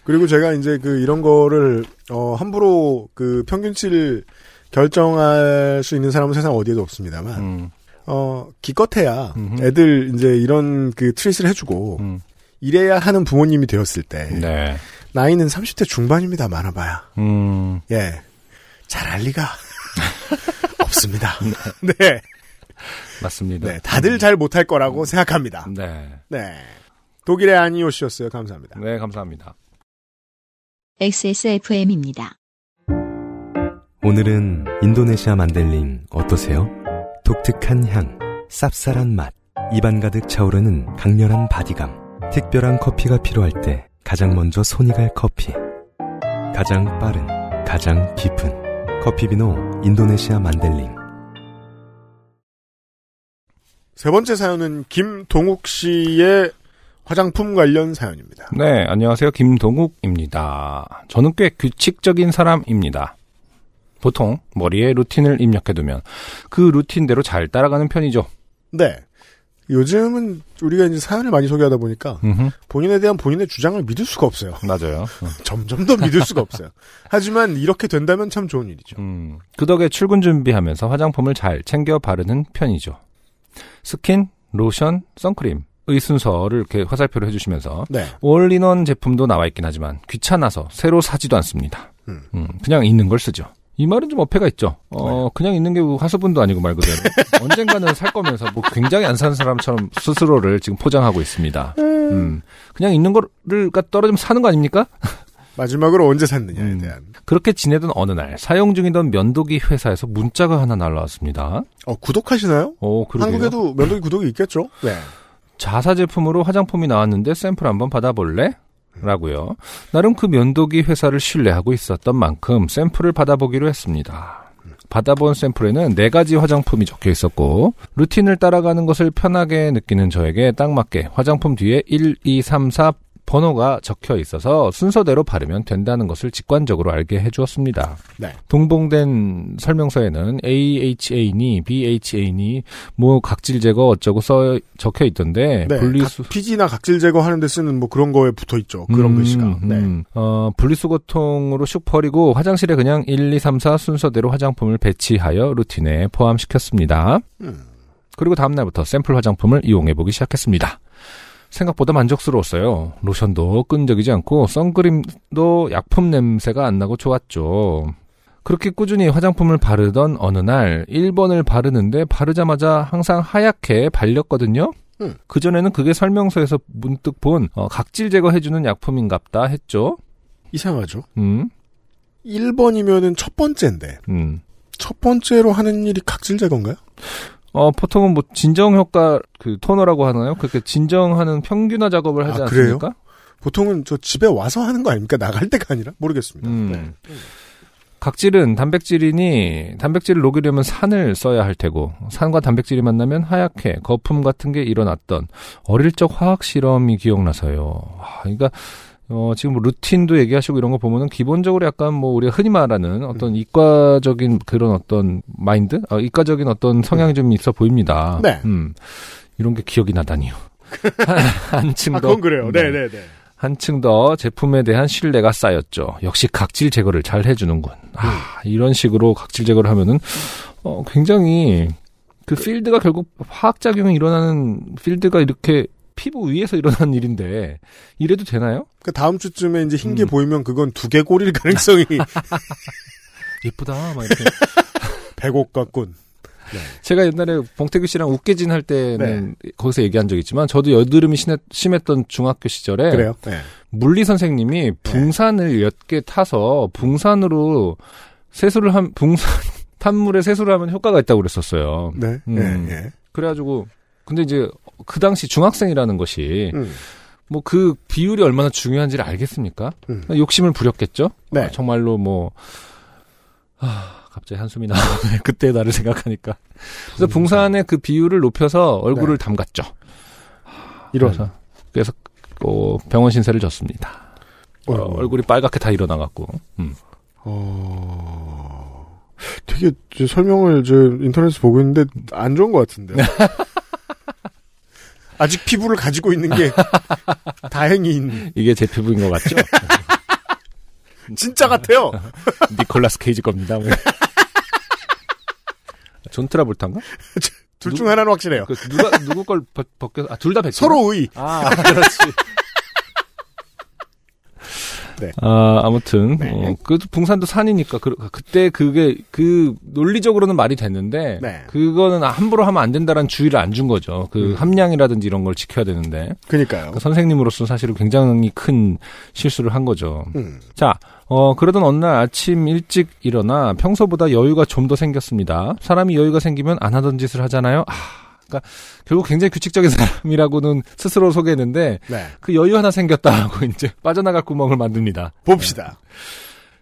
Speaker 1: 그리고 제가 이제 그 이런 거를 어 함부로 그 평균치를 결정할 수 있는 사람은 세상 어디에도 없습니다만
Speaker 2: 음.
Speaker 1: 어 기껏해야
Speaker 2: 음흠.
Speaker 1: 애들 이제 이런 그 트릿을 해주고
Speaker 2: 음.
Speaker 1: 이래야 하는 부모님이 되었을 때
Speaker 2: 네.
Speaker 1: 나이는 30대 중반입니다 많아봐야
Speaker 2: 음.
Speaker 1: 예. 잘할 리가 없습니다. 네.
Speaker 2: 맞습니다.
Speaker 1: 네. 다들 잘 못할 거라고 생각합니다.
Speaker 2: 네.
Speaker 1: 네. 독일의 아니오 씨였어요. 감사합니다.
Speaker 2: 네, 감사합니다.
Speaker 3: XSFM입니다.
Speaker 7: 오늘은 인도네시아 만델링 어떠세요? 독특한 향, 쌉쌀한 맛, 입안 가득 차오르는 강렬한 바디감. 특별한 커피가 필요할 때 가장 먼저 손이 갈 커피. 가장 빠른, 가장 깊은 커피비노 인도네시아 만델링.
Speaker 1: 세 번째 사연은 김동욱 씨의 화장품 관련 사연입니다.
Speaker 2: 네, 안녕하세요. 김동욱입니다. 저는 꽤 규칙적인 사람입니다. 보통 머리에 루틴을 입력해두면 그 루틴대로 잘 따라가는 편이죠.
Speaker 1: 네. 요즘은 우리가 이제 사연을 많이 소개하다 보니까 본인에 대한 본인의 주장을 믿을 수가 없어요.
Speaker 2: 맞아요. 음.
Speaker 1: 점점 더 믿을 수가 없어요. 하지만 이렇게 된다면 참 좋은 일이죠.
Speaker 2: 음, 그 덕에 출근 준비하면서 화장품을 잘 챙겨 바르는 편이죠. 스킨, 로션, 선크림 의 순서를 이렇게 화살표로 해주시면서
Speaker 1: 네.
Speaker 2: 올인원 제품도 나와 있긴 하지만 귀찮아서 새로 사지도 않습니다.
Speaker 1: 음.
Speaker 2: 음, 그냥 있는 걸 쓰죠. 이 말은 좀 어폐가 있죠. 어, 그냥 있는 게 화수분도 아니고 말 그대로 언젠가는 살 거면서 뭐 굉장히 안 사는 사람처럼 스스로를 지금 포장하고 있습니다. 음, 그냥 있는 거를 가 떨어지면 사는 거 아닙니까?
Speaker 1: 마지막으로 언제 샀느냐에
Speaker 2: 음.
Speaker 1: 대한.
Speaker 2: 그렇게 지내던 어느 날 사용 중이던 면도기 회사에서 문자가 하나 날라왔습니다.
Speaker 1: 어, 구독하시나요?
Speaker 2: 오, 아, 그러게요.
Speaker 1: 한국에도 면도기 구독이 있겠죠? 네.
Speaker 2: 자사 제품으로 화장품이 나왔는데 샘플 한번 받아볼래? 라고요. 나름 그 면도기 회사를 신뢰하고 있었던 만큼 샘플을 받아보기로 했습니다. 받아본 샘플에는 네 가지 화장품이 적혀 있었고 루틴을 따라가는 것을 편하게 느끼는 저에게 딱 맞게 화장품 뒤에 1, 2, 3, 4 번호가 적혀 있어서 순서대로 바르면 된다는 것을 직관적으로 알게 해주었습니다.
Speaker 1: 네.
Speaker 2: 동봉된 설명서에는 AHA니 BHA니 뭐 각질 제거 어쩌고 써 적혀 있던데
Speaker 1: 네,
Speaker 2: 분리수
Speaker 1: 각- 피지나 각질 제거하는데 쓰는 뭐 그런 거에 붙어 있죠. 그런
Speaker 2: 음,
Speaker 1: 글씨가. 네.
Speaker 2: 음. 어, 분리수거통으로 슉 버리고 화장실에 그냥 1, 2, 3, 4 순서대로 화장품을 배치하여 루틴에 포함시켰습니다.
Speaker 1: 음.
Speaker 2: 그리고 다음날부터 샘플 화장품을 이용해보기 시작했습니다. 생각보다 만족스러웠어요. 로션도 끈적이지 않고 선크림도 약품 냄새가 안 나고 좋았죠. 그렇게 꾸준히 화장품을 바르던 어느 날 1번을 바르는데 바르자마자 항상 하얗게 발렸거든요.
Speaker 1: 음.
Speaker 2: 그전에는 그게 설명서에서 문득 본 어, 각질 제거해주는 약품인갑다 했죠.
Speaker 1: 이상하죠.
Speaker 2: 음,
Speaker 1: 1번이면은 첫 번째인데
Speaker 2: 음.
Speaker 1: 첫 번째로 하는 일이 각질 제거인가요?
Speaker 2: 어, 보통은 뭐 진정 효과 그 토너라고 하나요? 그렇게 진정하는 평균화 작업을 하지
Speaker 1: 아, 그래요?
Speaker 2: 않습니까?
Speaker 1: 보통은 저 집에 와서 하는 거 아닙니까? 나갈 때가 아니라? 모르겠습니다. 네.
Speaker 2: 음. 각질은 단백질이니 단백질을 녹이려면 산을 써야 할 테고 산과 단백질이 만나면 하얗게 거품 같은 게 일어났던 어릴 적 화학 실험이 기억나서요. 와, 그러니까 어, 지금 뭐 루틴도 얘기하시고 이런 거 보면은 기본적으로 약간 뭐 우리가 흔히 말하는 어떤
Speaker 1: 음.
Speaker 2: 이과적인 그런 어떤 마인드, 어, 이과적인 어떤 성향이 좀 있어 보입니다.
Speaker 1: 음. 네.
Speaker 2: 음, 이런 게 기억이 나다니요. 한층 더
Speaker 1: 아, 그건 그래요.
Speaker 2: 네.
Speaker 1: 네네네.
Speaker 2: 한층 더 제품에 대한 신뢰가 쌓였죠. 역시 각질 제거를 잘 해주는군. 아, 이런 식으로 각질 제거를 하면은, 어, 굉장히 그 필드가 결국 화학작용이 일어나는 필드가 이렇게 피부 위에서 일어나는 일인데, 이래도 되나요?
Speaker 1: 그 다음 주쯤에 이제 흰 게
Speaker 2: 음.
Speaker 1: 보이면 그건 두개골일 가능성이
Speaker 2: 예쁘다. 막 이렇게.
Speaker 1: 백옥 같군.
Speaker 2: 제가 옛날에 봉태규 씨랑 웃개진 할 때는 거기서 얘기한 적 있지만, 저도 여드름이 심했, 심했던 중학교 시절에.
Speaker 1: 그래요? 네.
Speaker 2: 물리 선생님이 붕산을 몇 개 타서 붕산으로 세수를 한 붕산 탄물에 세수를 하면 효과가 있다고 그랬었어요.
Speaker 1: 네.
Speaker 2: 음.
Speaker 1: 예, 예.
Speaker 2: 그래가지고 근데 이제 그 당시 중학생이라는 것이
Speaker 1: 음.
Speaker 2: 뭐 그 비율이 얼마나 중요한지를 알겠습니까?
Speaker 1: 음.
Speaker 2: 욕심을 부렸겠죠.
Speaker 1: 네.
Speaker 2: 아, 정말로 뭐 아, 갑자기 한숨이 나오네. 그때 나를 생각하니까. 그래서 붕산의 그 비율을 높여서 얼굴을 담갔죠.
Speaker 1: 이런.
Speaker 2: 그래서, 그래서 어, 병원 신세를 졌습니다. 어,
Speaker 1: 어이구.
Speaker 2: 얼굴이 빨갛게 다 일어나갖고. 음.
Speaker 1: 어, 되게 저 설명을 저 인터넷에서 보고 있는데 안 좋은 것 같은데요. 아직 피부를 가지고 있는 게 다행인
Speaker 2: 이게 제 피부인 것 같죠?
Speaker 1: 진짜 같아요.
Speaker 2: 니콜라스 케이지 겁니다. 뭐. 존 트라볼타인가?
Speaker 1: 둘 중 하나는 확실해요.
Speaker 2: 그 누가 누구 걸 벗, 벗겨서 아, 둘 다 벗겨.
Speaker 1: 서로 의.
Speaker 2: 아, 그렇지.
Speaker 1: 네.
Speaker 2: 아, 아무튼
Speaker 1: 네.
Speaker 2: 어, 그래도 붕산도 산이니까 그, 그때 그게 그 논리적으로는 말이 됐는데
Speaker 1: 네.
Speaker 2: 그거는 함부로 하면 안 된다라는 주의를 안 준 거죠. 그 함량이라든지 이런 걸 지켜야 되는데
Speaker 1: 그니까요.
Speaker 2: 그 선생님으로서는 사실은 굉장히 큰 실수를 한 거죠.
Speaker 1: 음.
Speaker 2: 자, 어, 그러던 어느 날 아침 일찍 일어나 평소보다 여유가 좀 더 생겼습니다. 사람이 여유가 생기면 안 하던 짓을 하잖아요. 아, 그러니까 결국 굉장히 규칙적인 사람이라고는 스스로 소개했는데
Speaker 1: 네.
Speaker 2: 그 여유 하나 생겼다고 이제 빠져나갈 구멍을 만듭니다.
Speaker 1: 봅시다.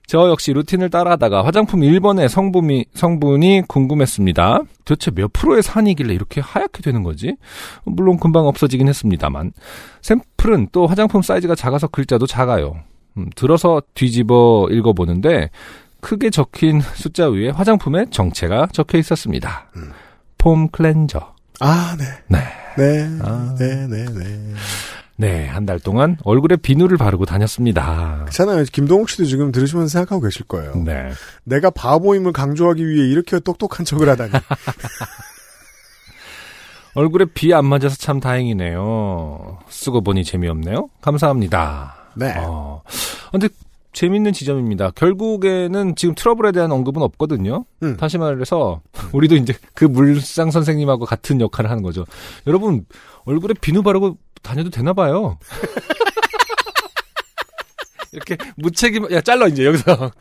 Speaker 2: 저 역시 루틴을 따라하다가 화장품 1번의 성분이, 성분이 궁금했습니다. 도대체 몇 프로의 산이길래 이렇게 하얗게 되는 거지? 물론 금방 없어지긴 했습니다만. 샘플은 또 화장품 사이즈가 작아서 글자도 작아요. 음, 들어서 뒤집어 읽어보는데 크게 적힌 숫자 위에 화장품의 정체가 적혀 있었습니다. 폼 클렌저.
Speaker 1: 아, 네.
Speaker 2: 네.
Speaker 1: 네.
Speaker 2: 아.
Speaker 1: 네, 네, 네.
Speaker 2: 네, 한 달 동안 얼굴에 비누를 바르고 다녔습니다.
Speaker 1: 괜찮아요. 김동욱 씨도 지금 들으시면서 생각하고 계실 거예요.
Speaker 2: 네.
Speaker 1: 내가 바보임을 강조하기 위해 이렇게 똑똑한 척을 하다니.
Speaker 2: 얼굴에 비 안 맞아서 참 다행이네요. 쓰고 보니 재미없네요. 감사합니다.
Speaker 1: 네.
Speaker 2: 어. 근데 재밌는 지점입니다. 결국에는 지금 트러블에 대한 언급은 없거든요.
Speaker 1: 음.
Speaker 2: 다시 말해서 우리도 이제 그 물상 선생님하고 같은 역할을 하는 거죠. 여러분 얼굴에 비누 바르고 다녀도 되나 봐요. 이렇게 무책임 야 잘라 이제 여기서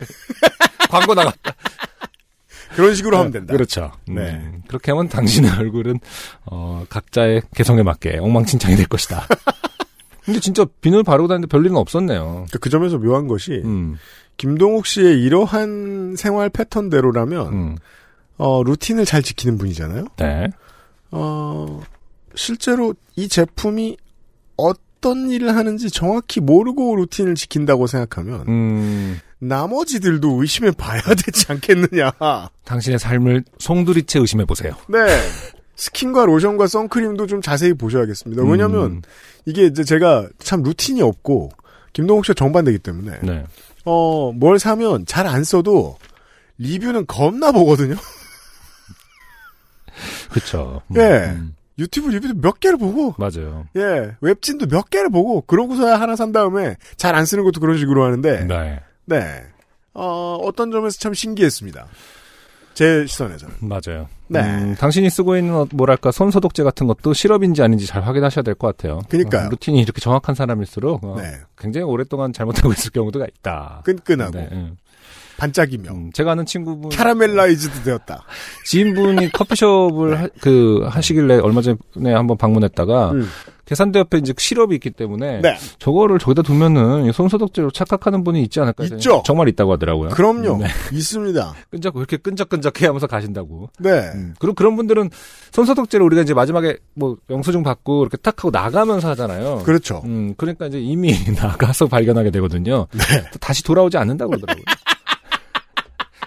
Speaker 2: 광고 나가.
Speaker 1: 그런 식으로 하면 된다.
Speaker 2: 그렇죠.
Speaker 1: 네.
Speaker 2: 음, 그렇게 하면 당신의 얼굴은 어, 각자의 개성에 맞게 엉망진창이 될 것이다. 근데 진짜 비누를 바르고 다니는데 별일은 없었네요.
Speaker 1: 그 점에서 묘한 것이
Speaker 2: 음,
Speaker 1: 김동욱 씨의 이러한 생활 패턴대로라면
Speaker 2: 음.
Speaker 1: 어, 루틴을 잘 지키는 분이잖아요.
Speaker 2: 네.
Speaker 1: 어, 실제로 이 제품이 어떤 일을 하는지 정확히 모르고 루틴을 지킨다고 생각하면
Speaker 2: 음,
Speaker 1: 나머지들도 의심해 봐야 되지 않겠느냐.
Speaker 2: 당신의 삶을 송두리째 의심해 보세요.
Speaker 1: 네. 스킨과 로션과 선크림도 좀 자세히 보셔야겠습니다.
Speaker 2: 음.
Speaker 1: 왜냐면 이게 이제 제가 참 루틴이 없고 김동욱 씨가 정반대이기 때문에
Speaker 2: 네.
Speaker 1: 어, 뭘 사면 잘 안 써도 리뷰는 겁나 보거든요.
Speaker 2: 그렇죠.
Speaker 1: 예. 유튜브 리뷰도 몇 개를 보고
Speaker 2: 맞아요.
Speaker 1: 예, 웹진도 몇 개를 보고 그러고서야 하나 산 다음에 잘 안 쓰는 것도 그런 식으로 하는데
Speaker 2: 네.
Speaker 1: 네. 어, 어떤 점에서 참 신기했습니다. 제 시선에서는.
Speaker 2: 맞아요.
Speaker 1: 네.
Speaker 2: 음, 당신이 쓰고 있는 어, 뭐랄까 손 소독제 같은 것도 시럽인지 아닌지 잘 확인하셔야 될 것 같아요.
Speaker 1: 그러니까요.
Speaker 2: 어, 루틴이 이렇게 정확한 사람일수록 어,
Speaker 1: 네.
Speaker 2: 굉장히 오랫동안 잘못하고 있을 경우도 있다.
Speaker 1: 끈끈하고
Speaker 2: 네, 음.
Speaker 1: 반짝이며
Speaker 2: 음, 제가 아는 친구분
Speaker 1: 캐러멜라이즈드 되었다.
Speaker 2: 지인분이 커피숍을 하, 그 하시길래 얼마 전에 한번 방문했다가
Speaker 1: 네. 음.
Speaker 2: 계산대 옆에 이제 시럽이 있기 때문에
Speaker 1: 네.
Speaker 2: 저거를 저기다 두면은 손소독제로 착각하는 분이 있지 않을까 해서
Speaker 1: 있죠.
Speaker 2: 정말 있다고 하더라고요.
Speaker 1: 그럼요.
Speaker 2: 네.
Speaker 1: 있습니다.
Speaker 2: 끈적 왜 이렇게 끈적끈적해 하면서 가신다고.
Speaker 1: 네.
Speaker 2: 음. 그리고 그런 분들은 손소독제를 우리가 이제 마지막에 뭐 영수증 받고 이렇게 탁 하고 나가면서 하잖아요.
Speaker 1: 그렇죠.
Speaker 2: 음, 그러니까 이제 이미 나가서 발견하게 되거든요. 또 다시 돌아오지 않는다고 그러더라고요.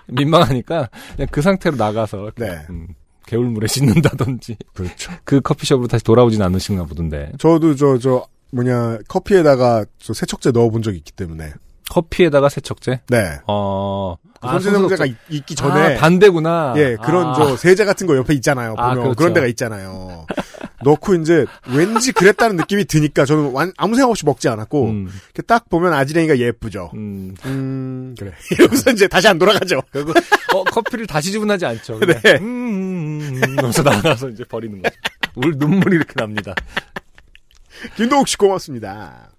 Speaker 2: 민망하니까 그냥 그 상태로 나가서 그냥,
Speaker 1: 네.
Speaker 2: 음, 개울물에 씻는다든지
Speaker 1: 그렇죠.
Speaker 2: 그 커피숍으로 다시 돌아오진 않으신가 보던데
Speaker 1: 저도 저 저 뭐냐 커피에다가 저 세척제 넣어본 적이 있기 때문에
Speaker 2: 커피에다가 세척제
Speaker 1: 네.
Speaker 2: 어
Speaker 1: 그 손세정제가
Speaker 2: 손소독제.
Speaker 1: 있- 있기 전에
Speaker 2: 아, 반대구나
Speaker 1: 예 그런
Speaker 2: 아,
Speaker 1: 저 세제 같은 거 옆에 있잖아요
Speaker 2: 아,
Speaker 1: 보면
Speaker 2: 그렇죠.
Speaker 1: 그런 데가 있잖아요 넣고 이제 왠지 그랬다는 느낌이 드니까 저는 완, 아무 생각 없이 먹지 않았고
Speaker 2: 음,
Speaker 1: 이렇게 딱 보면 아지랭이가 예쁘죠
Speaker 2: 음.
Speaker 1: 음 그래 이러면서 이제 다시 안 돌아가죠
Speaker 2: 그리고 어, 커피를 다시 주문하지 않죠 그냥
Speaker 1: 네.
Speaker 2: 음, 음, 음, 음 하면서 나가서 이제 버리는 거죠 울 눈물이 이렇게 납니다
Speaker 1: 김동욱 씨 고맙습니다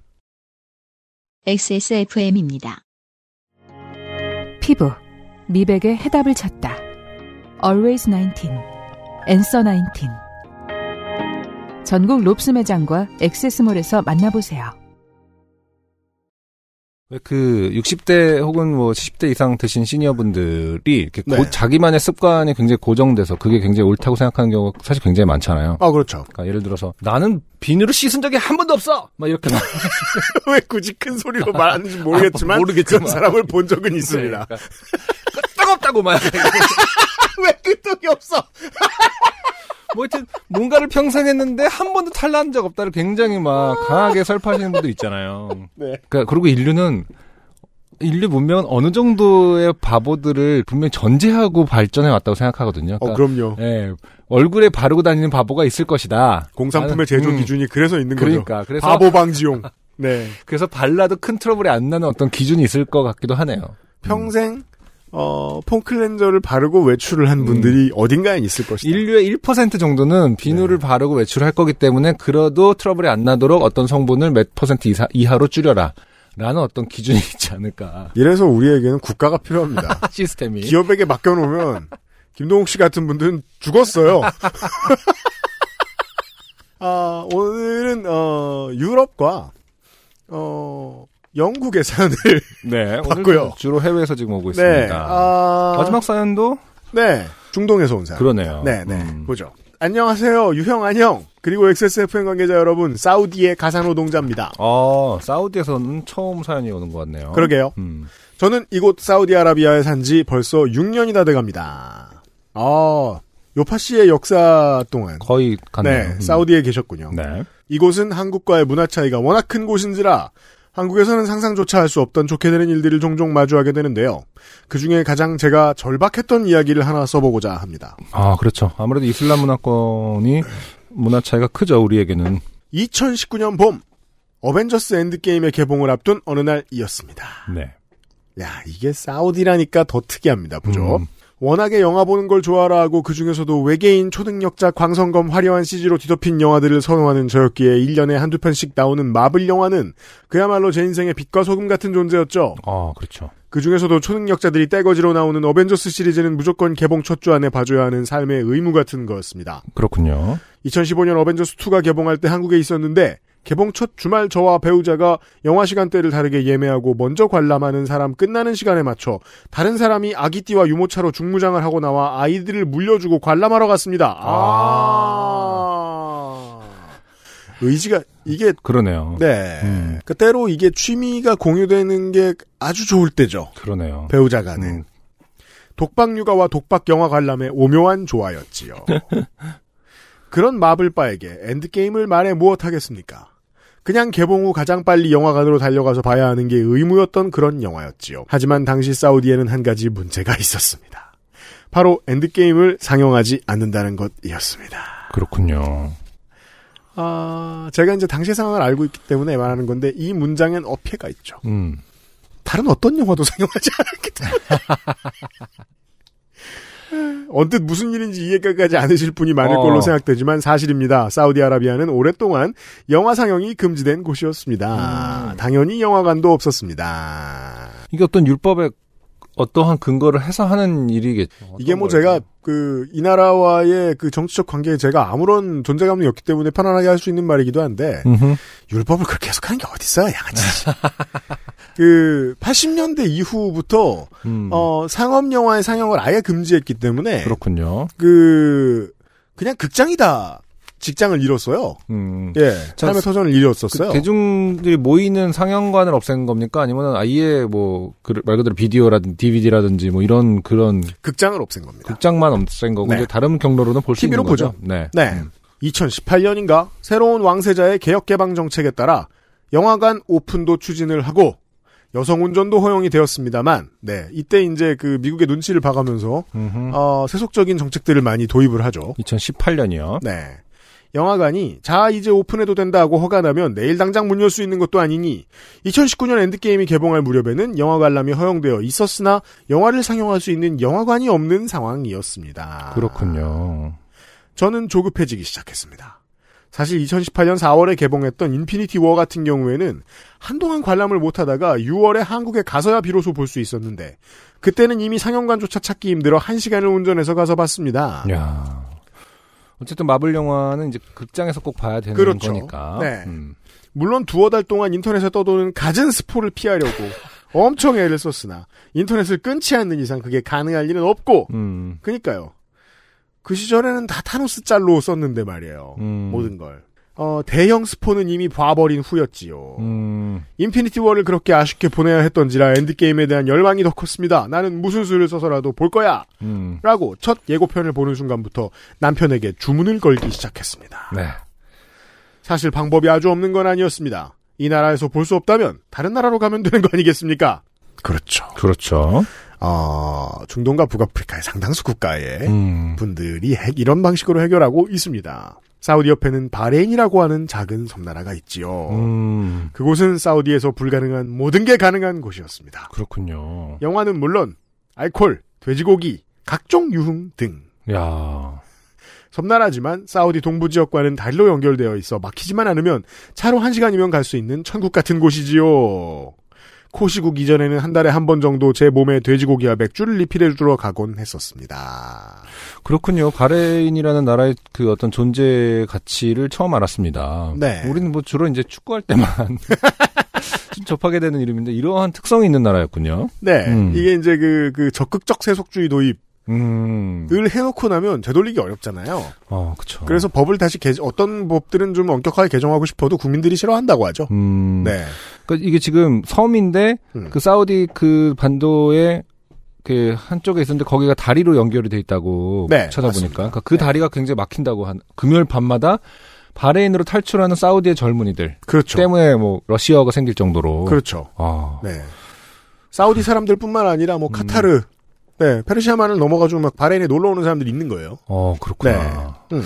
Speaker 3: XSFM입니다.
Speaker 6: 피부 미백의 해답을 찾다. Always 19 Answer 19 전국 롭스 매장과 액세스몰에서 만나보세요.
Speaker 2: 왜 그 60대 혹은 뭐 70대 이상 드신 시니어분들이 이렇게 고-
Speaker 1: 네.
Speaker 2: 자기만의 습관이 굉장히 고정돼서 그게 굉장히 옳다고 생각하는 경우가 사실 굉장히 많잖아요.
Speaker 1: 아 그렇죠
Speaker 2: 그러니까 예를 들어서 나는 비누를 씻은 적이 한 번도 없어. 막 이렇게 나-
Speaker 1: 왜 굳이 큰 소리로 말하는지 모르겠지만
Speaker 2: 아, 모르겠지만.
Speaker 1: 그런 사람을 본 적은 있습니다
Speaker 2: 그러니까 뜨겁다고 막.
Speaker 1: 왜 끄떡이 없어
Speaker 2: 뭐 하여튼 뭔가를 평생 했는데 한 번도 탈난 적 없다를 굉장히 막 강하게 설파하시는 분들 있잖아요.
Speaker 1: 네.
Speaker 2: 그러니까 그리고 인류는 인류 문명은 어느 정도의 바보들을 분명히 전제하고 발전해 왔다고 생각하거든요.
Speaker 1: 어
Speaker 2: 그러니까
Speaker 1: 그럼요
Speaker 2: 예, 얼굴에 바르고 다니는 바보가 있을 것이다.
Speaker 1: 공산품의
Speaker 2: 나는-
Speaker 1: 제조
Speaker 2: 음,
Speaker 1: 기준이 그래서 있는
Speaker 2: 그러니까
Speaker 1: 거죠
Speaker 2: 그래서
Speaker 1: 바보 방지용 네
Speaker 2: 그래서 발라도 큰 트러블이 안 나는 어떤 기준이 있을 것 같기도 하네요.
Speaker 1: 평생 어, 폼클렌저를 바르고 외출을 한
Speaker 2: 음.
Speaker 1: 분들이 어딘가에 있을 것이다.
Speaker 2: 인류의 1% 정도는
Speaker 1: 네.
Speaker 2: 비누를 바르고 외출할 거기 때문에 그래도 트러블이 안 나도록 어떤 성분을 몇 퍼센트 이사, 이하로 줄여라. 라는 어떤 기준이 있지 않을까.
Speaker 1: 이래서 우리에게는 국가가 필요합니다.
Speaker 2: 시스템이.
Speaker 1: 기업에게 맡겨놓으면 김동욱 씨 같은 분들은 죽었어요. 아, 오늘은 어, 유럽과 어, 영국의 사연을
Speaker 2: 네. 오늘도
Speaker 1: 봤고요.
Speaker 2: 주로 해외에서 지금 오고
Speaker 1: 네,
Speaker 2: 있습니다.
Speaker 1: 아,
Speaker 2: 마지막 사연도
Speaker 1: 네 중동에서 온 사연.
Speaker 2: 그러네요.
Speaker 1: 네, 네.
Speaker 2: 음.
Speaker 1: 보죠. 안녕하세요. 유형 안녕. 그리고 XSFM 관계자 여러분, 사우디의 가사노동자입니다.
Speaker 2: 어, 사우디에서는 처음 사연이 오는 것 같네요.
Speaker 1: 그러게요.
Speaker 2: 음.
Speaker 1: 저는 이곳 사우디아라비아에 산 지 벌써 6년이 다 돼갑니다. 아, 요파 씨의 역사 동안.
Speaker 2: 거의 갔네요.
Speaker 1: 네,
Speaker 2: 음.
Speaker 1: 사우디에 계셨군요.
Speaker 2: 네.
Speaker 1: 이곳은 한국과의 문화 차이가 워낙 큰 곳인지라 한국에서는 상상조차 할 수 없던 좋게 되는 일들을 종종 마주하게 되는데요. 그 중에 가장 제가 절박했던 이야기를 하나 써보고자 합니다.
Speaker 2: 아, 그렇죠. 아무래도 이슬람 문화권이 문화 차이가 크죠, 우리에게는.
Speaker 1: 2019년 봄, 어벤져스 엔드게임의 개봉을 앞둔 어느 날이었습니다.
Speaker 2: 네.
Speaker 1: 야, 이게 사우디라니까 더 특이합니다. 보죠.
Speaker 2: 음.
Speaker 1: 워낙에 영화 보는 걸 좋아라 하고 그 중에서도 외계인 초능력자 광선검 화려한 CG로 뒤덮인 영화들을 선호하는 저였기에 1년에 한두 편씩 나오는 마블 영화는 그야말로 제 인생의 빛과 소금 같은 존재였죠.
Speaker 2: 아, 그렇죠.
Speaker 1: 그 중에서도 초능력자들이 떼거지로 나오는 어벤져스 시리즈는 무조건 개봉 첫 주 안에 봐줘야 하는 삶의 의무 같은 거였습니다.
Speaker 2: 그렇군요.
Speaker 1: 2015년 어벤져스 2가 개봉할 때 한국에 있었는데 개봉 첫 주말 저와 배우자가 영화 시간대를 다르게 예매하고 먼저 관람하는 사람 끝나는 시간에 맞춰 다른 사람이 아기띠와 유모차로 중무장을 하고 나와 아이들을 물려주고 관람하러 갔습니다. 아. 의지가 이게
Speaker 2: 그러네요.
Speaker 1: 네.
Speaker 2: 음.
Speaker 1: 그 때로 이게 취미가 공유되는 게 아주 좋을 때죠.
Speaker 2: 그러네요.
Speaker 1: 배우자 간에.
Speaker 2: 음,
Speaker 1: 독박 육아와 독박 영화 관람의 오묘한 조화였지요. 그런 마블바에게 엔드게임을 말해 무엇하겠습니까? 그냥 개봉 후 가장 빨리 영화관으로 달려가서 봐야 하는 게 의무였던 그런 영화였지요. 하지만 당시 사우디에는 한 가지 문제가 있었습니다. 바로 엔드게임을 상영하지 않는다는 것이었습니다.
Speaker 2: 그렇군요.
Speaker 1: 아, 제가 이제 당시 상황을 알고 있기 때문에 말하는 건데 이 문장엔 어폐가 있죠.
Speaker 2: 음.
Speaker 1: 다른 어떤 영화도 상영하지 않았기 때문에. 언뜻 무슨 일인지 이해가 가지 않으실 분이 많을
Speaker 2: 어.
Speaker 1: 걸로 생각되지만 사실입니다. 사우디아라비아는 오랫동안 영화 상영이 금지된
Speaker 2: 음.
Speaker 1: 곳이었습니다. 당연히 영화관도 없었습니다.
Speaker 2: 이게 어떤 율법의 어떠한 근거를 해서 하는 일이겠죠.
Speaker 1: 이게 뭐
Speaker 2: 어떤
Speaker 1: 제가
Speaker 2: 거예요?
Speaker 1: 그 이 나라와의 그 정치적 관계에 제가 아무런 존재감이 없기 때문에 편안하게 할 수 있는 말이기도 한데
Speaker 2: 음흠.
Speaker 1: 율법을 그렇게 해석하는 게 어딨어요, 양아치. 그 80년대 이후부터
Speaker 2: 음,
Speaker 1: 어 네. 상업 영화의 상영을 아예 금지했기 때문에
Speaker 2: 그렇군요.
Speaker 1: 그 그냥 극장이다 직장을 잃었어요.
Speaker 2: 음.
Speaker 1: 예,
Speaker 2: 자,
Speaker 1: 삶의 터전을
Speaker 2: 그
Speaker 1: 잃었었어요.
Speaker 2: 대중들이 모이는 상영관을 없앤 겁니까? 아니면 아예 뭐, 그, 말 그대로 비디오라든지 DVD라든지 뭐 이런 그런
Speaker 1: 극장을 없앤 겁니다.
Speaker 2: 극장만 없앤 거고,
Speaker 1: 네.
Speaker 2: 이제 다른 경로로는 볼 수
Speaker 1: TV로
Speaker 2: 있는 거죠.
Speaker 1: 보죠.
Speaker 2: 네.
Speaker 1: 네. 2018년인가 새로운 왕세자의 개혁 개방 정책에 따라 영화관 오픈도 추진을 하고 여성 운전도 허용이 되었습니다만, 네 이때 이제 그 미국의 눈치를 봐가면서 어, 세속적인 정책들을 많이 도입을 하죠.
Speaker 2: 2018년이요.
Speaker 1: 네. 영화관이 자 이제 오픈해도 된다고 허가나면 내일 당장 문 열 수 있는 것도 아니니 2019년 엔드게임이 개봉할 무렵에는 영화 관람이 허용되어 있었으나 영화를 상영할 수 있는 영화관이 없는 상황이었습니다.
Speaker 2: 그렇군요.
Speaker 1: 저는 조급해지기 시작했습니다. 사실 2018년 4월에 개봉했던 인피니티 워 같은 경우에는 한동안 관람을 못하다가 6월에 한국에 가서야 비로소 볼 수 있었는데 그때는 이미 상영관조차 찾기 힘들어 1시간을 운전해서 가서 봤습니다.
Speaker 2: 네. 야 어쨌든 마블 영화는 이제 극장에서 꼭 봐야 되는
Speaker 1: 그렇죠.
Speaker 2: 거니까.
Speaker 1: 네.
Speaker 2: 음.
Speaker 1: 물론 두어 달 동안 인터넷에 떠도는 갖은 스포를 피하려고 엄청 애를 썼으나 인터넷을 끊지 않는 이상 그게 가능할 일은 없고
Speaker 2: 음.
Speaker 1: 그니까요. 그 시절에는 다 타노스 짤로 썼는데 말이에요.
Speaker 2: 음.
Speaker 1: 모든 걸. 어, 대형 스포는 이미 봐버린 후였지요.
Speaker 2: 음.
Speaker 1: 인피니티 워를 그렇게 아쉽게 보내야 했던지라 엔드게임에 대한 열망이 더 컸습니다. 나는 무슨 수를 써서라도 볼 거야!
Speaker 2: 음.
Speaker 1: 라고 첫 예고편을 보는 순간부터 남편에게 주문을 걸기 시작했습니다.
Speaker 2: 네.
Speaker 1: 사실 방법이 아주 없는 건 아니었습니다. 이 나라에서 볼 수 없다면 다른 나라로 가면 되는 거 아니겠습니까? 그렇죠.
Speaker 2: 그렇죠.
Speaker 1: 어, 중동과 북아프리카의 상당수 국가의
Speaker 2: 음.
Speaker 1: 분들이 핵 이런 방식으로 해결하고 있습니다. 사우디 옆에는 바레인이라고 하는 작은 섬나라가 있지요.
Speaker 2: 음.
Speaker 1: 그곳은 사우디에서 불가능한 모든 게 가능한 곳이었습니다.
Speaker 2: 그렇군요.
Speaker 1: 영화는 물론 알콜, 돼지고기, 각종 유흥 등
Speaker 2: 야.
Speaker 1: 섬나라지만 사우디 동부 지역과는 다리로 연결되어 있어 막히지만 않으면 차로 1시간이면 갈 수 있는 천국 같은 곳이지요. 코시국 이전에는 한 달에 한 번 정도 제 몸에 돼지고기와 맥주를 리필해 주러 가곤 했었습니다.
Speaker 2: 그렇군요. 바레인이라는 나라의 그 어떤 존재 가치를 처음 알았습니다.
Speaker 1: 네.
Speaker 2: 우리는 뭐 주로 이제 축구할 때만 좀 접하게 되는 이름인데 이러한 특성이 있는 나라였군요.
Speaker 1: 네.
Speaker 2: 음.
Speaker 1: 이게 이제 그, 그 적극적 세속주의 도입을
Speaker 2: 음.
Speaker 1: 해놓고 나면 되돌리기 어렵잖아요.
Speaker 2: 어, 그렇죠.
Speaker 1: 그 그래서 법을 다시 개, 어떤 법들은 좀 엄격하게 개정하고 싶어도 국민들이 싫어한다고 하죠.
Speaker 2: 음.
Speaker 1: 네.
Speaker 2: 그러니까 이게 지금 섬인데
Speaker 1: 음.
Speaker 2: 그 사우디 그 반도에 그 한쪽에 있었는데 거기가 다리로 연결이 돼 있다고
Speaker 1: 네,
Speaker 2: 찾아보니까
Speaker 1: 맞습니다.
Speaker 2: 그러니까 그
Speaker 1: 네.
Speaker 2: 다리가 굉장히 막힌다고 한 금요일 밤마다 바레인으로 탈출하는 사우디의 젊은이들
Speaker 1: 그렇죠.
Speaker 2: 때문에 뭐 러시아어가 생길 정도로
Speaker 1: 그렇죠.
Speaker 2: 아,
Speaker 1: 네. 사우디 사람들뿐만 아니라
Speaker 2: 음.
Speaker 1: 뭐 카타르, 네 페르시아만을 넘어가지고 막 바레인에 놀러 오는 사람들이 있는 거예요.
Speaker 2: 어
Speaker 1: 네.
Speaker 2: 그렇구나
Speaker 1: 음.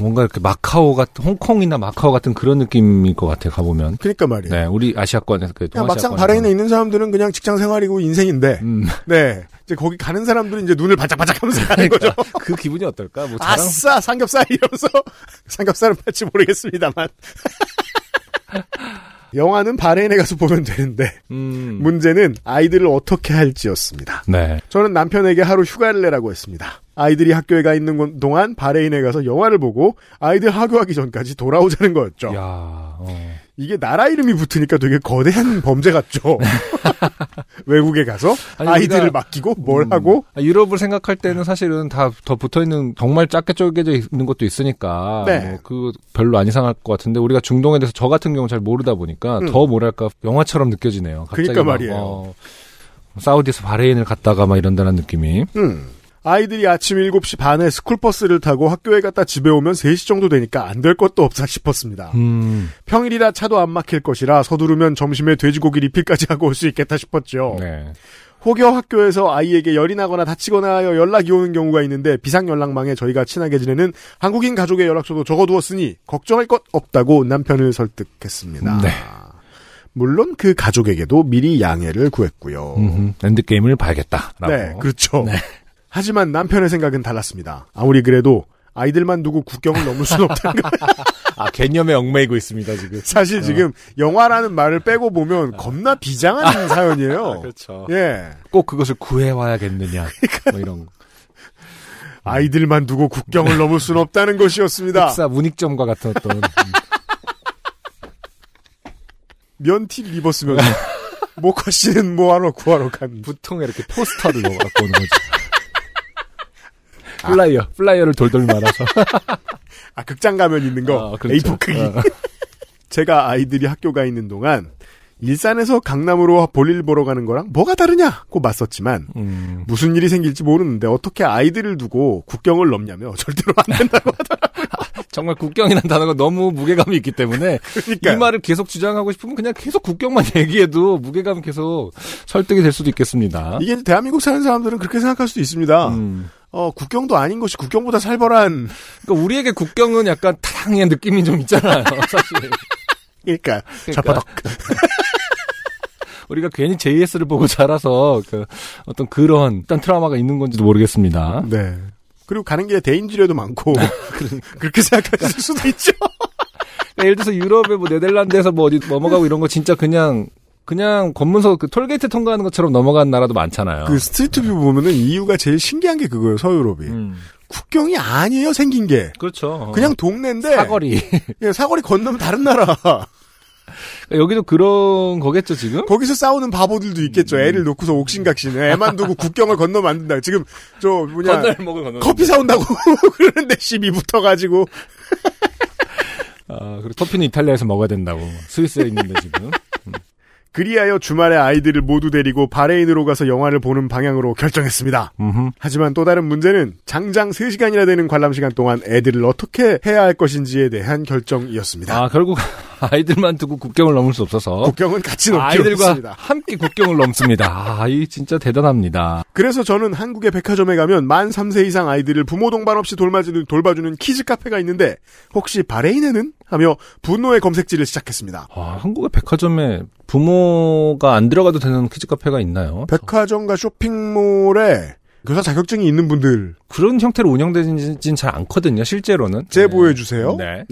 Speaker 2: 뭔가 이렇게 마카오 같은 홍콩이나 마카오 같은 그런 느낌일 것 같아 요 가보면
Speaker 1: 그러니까 말이에요.
Speaker 2: 네 우리 아시아권에서 그
Speaker 1: 그냥 막상
Speaker 2: 동아시아권에서.
Speaker 1: 바레인에 있는 사람들은 그냥 직장 생활이고 인생인데,
Speaker 2: 음,
Speaker 1: 네 이제 거기 가는 사람들은 이제 눈을 반짝반짝하면서 가는
Speaker 2: 그러니까
Speaker 1: 거죠.
Speaker 2: 그 기분이 어떨까 뭐 자랑
Speaker 1: 아싸 삼겹살 이러면서 삼겹살은 팔지 모르겠습니다만. 영화는 바레인에 가서 보면 되는데
Speaker 2: 음.
Speaker 1: 문제는 아이들을 어떻게 할지였습니다.
Speaker 2: 네
Speaker 1: 저는 남편에게 하루 휴가를 내라고 했습니다. 아이들이 학교에 가 있는 건- 동안 바레인에 가서 영화를 보고 아이들 학교하기 전까지 돌아오자는 거였죠.
Speaker 2: 야, 어.
Speaker 1: 이게 나라 이름이 붙으니까 되게 거대한 범죄 같죠. 외국에 가서
Speaker 2: 아니,
Speaker 1: 아이들을
Speaker 2: 우리가-
Speaker 1: 맡기고 뭘
Speaker 2: 음.
Speaker 1: 하고
Speaker 2: 아, 유럽을 생각할 때는 사실은 다 더 붙어 있는 정말 작게 쪼개져 있는 것도 있으니까
Speaker 1: 네.
Speaker 2: 뭐 그 별로 안 이상할 것 같은데 우리가 중동에 대해서 저 같은 경우 잘 모르다 보니까
Speaker 1: 음.
Speaker 2: 더 뭐랄까 영화처럼 느껴지네요. 갑자기
Speaker 1: 그러니까
Speaker 2: 막,
Speaker 1: 말이에요.
Speaker 2: 어, 사우디에서 바레인을 갔다가 막 이런다는 느낌이.
Speaker 1: 음. 아이들이 아침 7시 반에 스쿨버스를 타고 학교에 갔다 집에 오면 3시 정도 되니까 안 될 것도 없다 싶었습니다.
Speaker 2: 음.
Speaker 1: 평일이라 차도 안 막힐 것이라 서두르면 점심에 돼지고기 리필까지 하고 올 수 있겠다 싶었죠.
Speaker 2: 네.
Speaker 1: 혹여 학교에서 아이에게 열이 나거나 다치거나 하여 연락이 오는 경우가 있는데 비상연락망에 저희가 친하게 지내는 한국인 가족의 연락처도 적어두었으니 걱정할 것 없다고 남편을 설득했습니다.
Speaker 2: 네.
Speaker 1: 물론 그 가족에게도 미리 양해를 구했고요.
Speaker 2: 음. 엔드 게임을 봐야겠다라고.
Speaker 1: 네, 그렇죠.
Speaker 2: 네.
Speaker 1: 하지만 남편의 생각은 달랐습니다. 아무리 그래도 아이들만 두고 국경을 넘을 수는 없다.
Speaker 2: 아, 개념에 얽매이고 있습니다, 지금.
Speaker 1: 사실 지금 영화라는 말을 빼고 보면 겁나 비장한 사연이에요.
Speaker 2: 그렇죠.
Speaker 1: 예.
Speaker 2: 꼭 그것을 구해와야겠느냐.
Speaker 1: 그러니까.
Speaker 2: 뭐 이런 거.
Speaker 1: 아이들만 두고 국경을 넘을 수는 없다는 것이었습니다.
Speaker 2: 흑사 문익점과 같은 어떤. 음.
Speaker 1: 면티를 입었으면 모카 씨는 뭐하러 구하러 간.
Speaker 2: 보통 이렇게 포스터를 넣어 갖고 오는 거죠. 플라이어, 플라이어를 돌돌 말아서.
Speaker 1: 아 극장 가면 있는 거.
Speaker 2: 아, 그렇죠.
Speaker 1: A4 크기.
Speaker 2: 어.
Speaker 1: 제가 아이들이 학교가 있는 동안 일산에서 강남으로 볼일 보러 가는 거랑 뭐가 다르냐고 맞섰지만
Speaker 2: 음.
Speaker 1: 무슨 일이 생길지 모르는데 어떻게 아이들을 두고 국경을 넘냐며 절대로 안 된다고
Speaker 2: 정말 국경이라는 단어가 너무 무게감이 있기 때문에
Speaker 1: 하니까
Speaker 2: 이 말을 계속 주장하고 싶으면 그냥 계속 국경만 얘기해도 무게감 계속 설득이 될 수도 있겠습니다.
Speaker 1: 이게 대한민국 사는 사람들은 그렇게 생각할 수도 있습니다.
Speaker 2: 음.
Speaker 1: 어 국경도 아닌 것이 국경보다 살벌한
Speaker 2: 그러니까 우리에게 국경은 약간 타당의 느낌이 좀 있잖아요. 사실
Speaker 1: 그러니까
Speaker 2: 좌파덕. 우리가 괜히 JS를 보고 자라서 그 어떤 그런 어떤 트라우마가 있는 건지도 모르겠습니다.
Speaker 1: 네 그리고 가는 길에 대인지뢰도 많고 그렇게 생각하실 수도 있죠.
Speaker 2: 그러니까 예를 들어서 유럽의 뭐 네덜란드에서 뭐 어디 넘어가고 이런 거 진짜 그냥 그냥 검문소 그 톨게이트 통과하는 것처럼 넘어가는 나라도 많잖아요.
Speaker 1: 그 스트리트 뷰 보면은 이유가 제일 신기한 게 그거예요 서유럽이
Speaker 2: 음.
Speaker 1: 국경이 아니에요 생긴 게
Speaker 2: 그렇죠.
Speaker 1: 그냥 동네인데
Speaker 2: 사거리.
Speaker 1: 예, 사거리 건너면 다른 나라.
Speaker 2: 그러니까 여기도 그런 거겠죠 지금?
Speaker 1: 거기서 싸우는 바보들도
Speaker 2: 음.
Speaker 1: 있겠죠. 애를 놓고서 옥신각신. 애만 두고 국경을 건너면 안 된다. 지금 저 뭐냐
Speaker 2: 건널 먹을 건널.
Speaker 1: 커피 사온다고 그러는데 시비 붙어가지고
Speaker 2: 아, 그리고 커피는 이탈리아에서 먹어야 된다고. 스위스에 있는데 지금.
Speaker 1: 그리하여 주말에 아이들을 모두 데리고 바레인으로 가서 영화를 보는 방향으로 결정했습니다.
Speaker 2: 음흠.
Speaker 1: 하지만 또 다른 문제는 장장 3시간이나 되는 관람 시간 동안 애들을 어떻게 해야 할 것인지에 대한 결정이었습니다.
Speaker 2: 아, 결국 아이들만 두고 국경을 넘을 수 없어서
Speaker 1: 국경은 같이 넘기로
Speaker 2: 아이들과
Speaker 1: 했습니다.
Speaker 2: 함께 국경을 넘습니다. 아, 이 진짜 대단합니다.
Speaker 1: 그래서 저는 한국의 백화점에 가면 만 3세 이상 아이들을 부모 동반 없이 돌봐주는, 돌봐주는 키즈 카페가 있는데 혹시 바레인에는? 하며 분노의 검색지를 시작했습니다.
Speaker 2: 아, 한국의 백화점에 부모가 안 들어가도 되는 키즈 카페가 있나요?
Speaker 1: 백화점과 쇼핑몰에 교사 자격증이 있는 분들
Speaker 2: 그런 형태로 운영되진 잘 않거든요. 실제로는
Speaker 1: 제보해주세요.
Speaker 2: 네.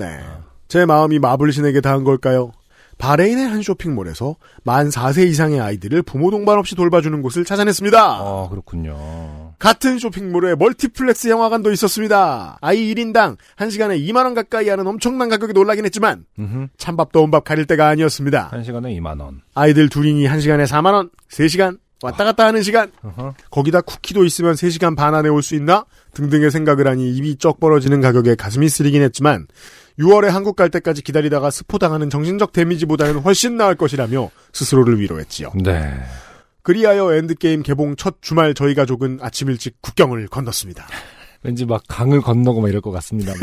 Speaker 1: 제 마음이 마블신에게 닿은 걸까요? 바레인의 한 쇼핑몰에서 만 4세 이상의 아이들을 부모 동반 없이 돌봐주는 곳을 찾아냈습니다.
Speaker 2: 아 그렇군요.
Speaker 1: 같은 쇼핑몰에 멀티플렉스 영화관도 있었습니다. 아이 1인당 1시간에 2만원 가까이 하는 엄청난 가격에 놀라긴 했지만
Speaker 2: 음흠.
Speaker 1: 찬밥 더운 밥 가릴 때가 아니었습니다.
Speaker 2: 한 시간에 2만 원.
Speaker 1: 아이들 둘이니 1시간에 4만원, 3시간 왔다 갔다 하는 시간,
Speaker 2: 어허.
Speaker 1: 거기다 쿠키도 있으면 3시간 반 안에 올 수 있나? 등등의 생각을 하니 입이 쩍 벌어지는 가격에 가슴이 쓰리긴 했지만 6월에 한국 갈 때까지 기다리다가 스포당하는 정신적 데미지보다는 훨씬 나을 것이라며 스스로를 위로했지요.
Speaker 2: 네.
Speaker 1: 그리하여 엔드게임 개봉 첫 주말 저희 가족은 아침 일찍 국경을 건넜습니다.
Speaker 2: 왠지 막 강을 건너고 막 이럴 것 같습니다만.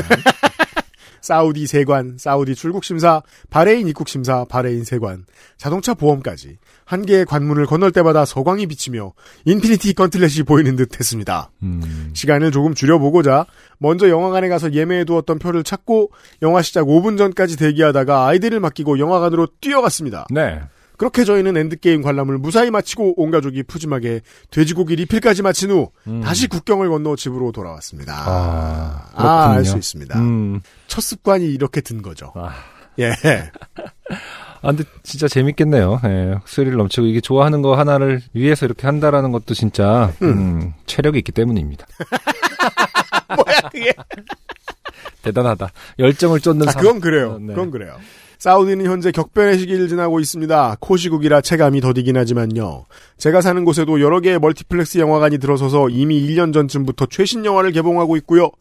Speaker 1: 사우디 세관, 사우디 출국 심사, 바레인 입국 심사, 바레인 세관, 자동차 보험까지 한 개의 관문을 건널 때마다 서광이 비치며 인피니티 건틀렛이 보이는 듯했습니다.
Speaker 2: 음.
Speaker 1: 시간을 조금 줄여보고자 먼저 영화관에 가서 예매해두었던 표를 찾고 영화 시작 5분 전까지 대기하다가 아이들을 맡기고 영화관으로 뛰어갔습니다.
Speaker 2: 네.
Speaker 1: 그렇게 저희는 엔드게임 관람을 무사히 마치고 온 가족이 푸짐하게 돼지고기 리필까지 마친 후
Speaker 2: 음.
Speaker 1: 다시 국경을 건너 집으로 돌아왔습니다.
Speaker 2: 아,
Speaker 1: 아,
Speaker 2: 그렇군요.
Speaker 1: 알 수 있습니다.
Speaker 2: 음.
Speaker 1: 첫 습관이 이렇게 든 거죠.
Speaker 2: 아.
Speaker 1: 예.
Speaker 2: 아, 근데 진짜 재밌겠네요. 예, 스릴 넘치고 이게 좋아하는 거 하나를 위해서 이렇게 한다라는 것도 진짜 음, 체력이 있기 때문입니다.
Speaker 1: 뭐야 그게?
Speaker 2: 아, 대단하다. 열정을 쫓는
Speaker 1: 아,
Speaker 2: 삶.
Speaker 1: 그건 그래요.
Speaker 2: 어, 네.
Speaker 1: 그건 그래요. 사우디는 현재 격변의 시기를 지나고 있습니다. 코시국이라 체감이 더디긴 하지만요. 제가 사는 곳에도 여러 개의 멀티플렉스 영화관이 들어서서 이미 1년 전쯤부터 최신 영화를 개봉하고 있고요.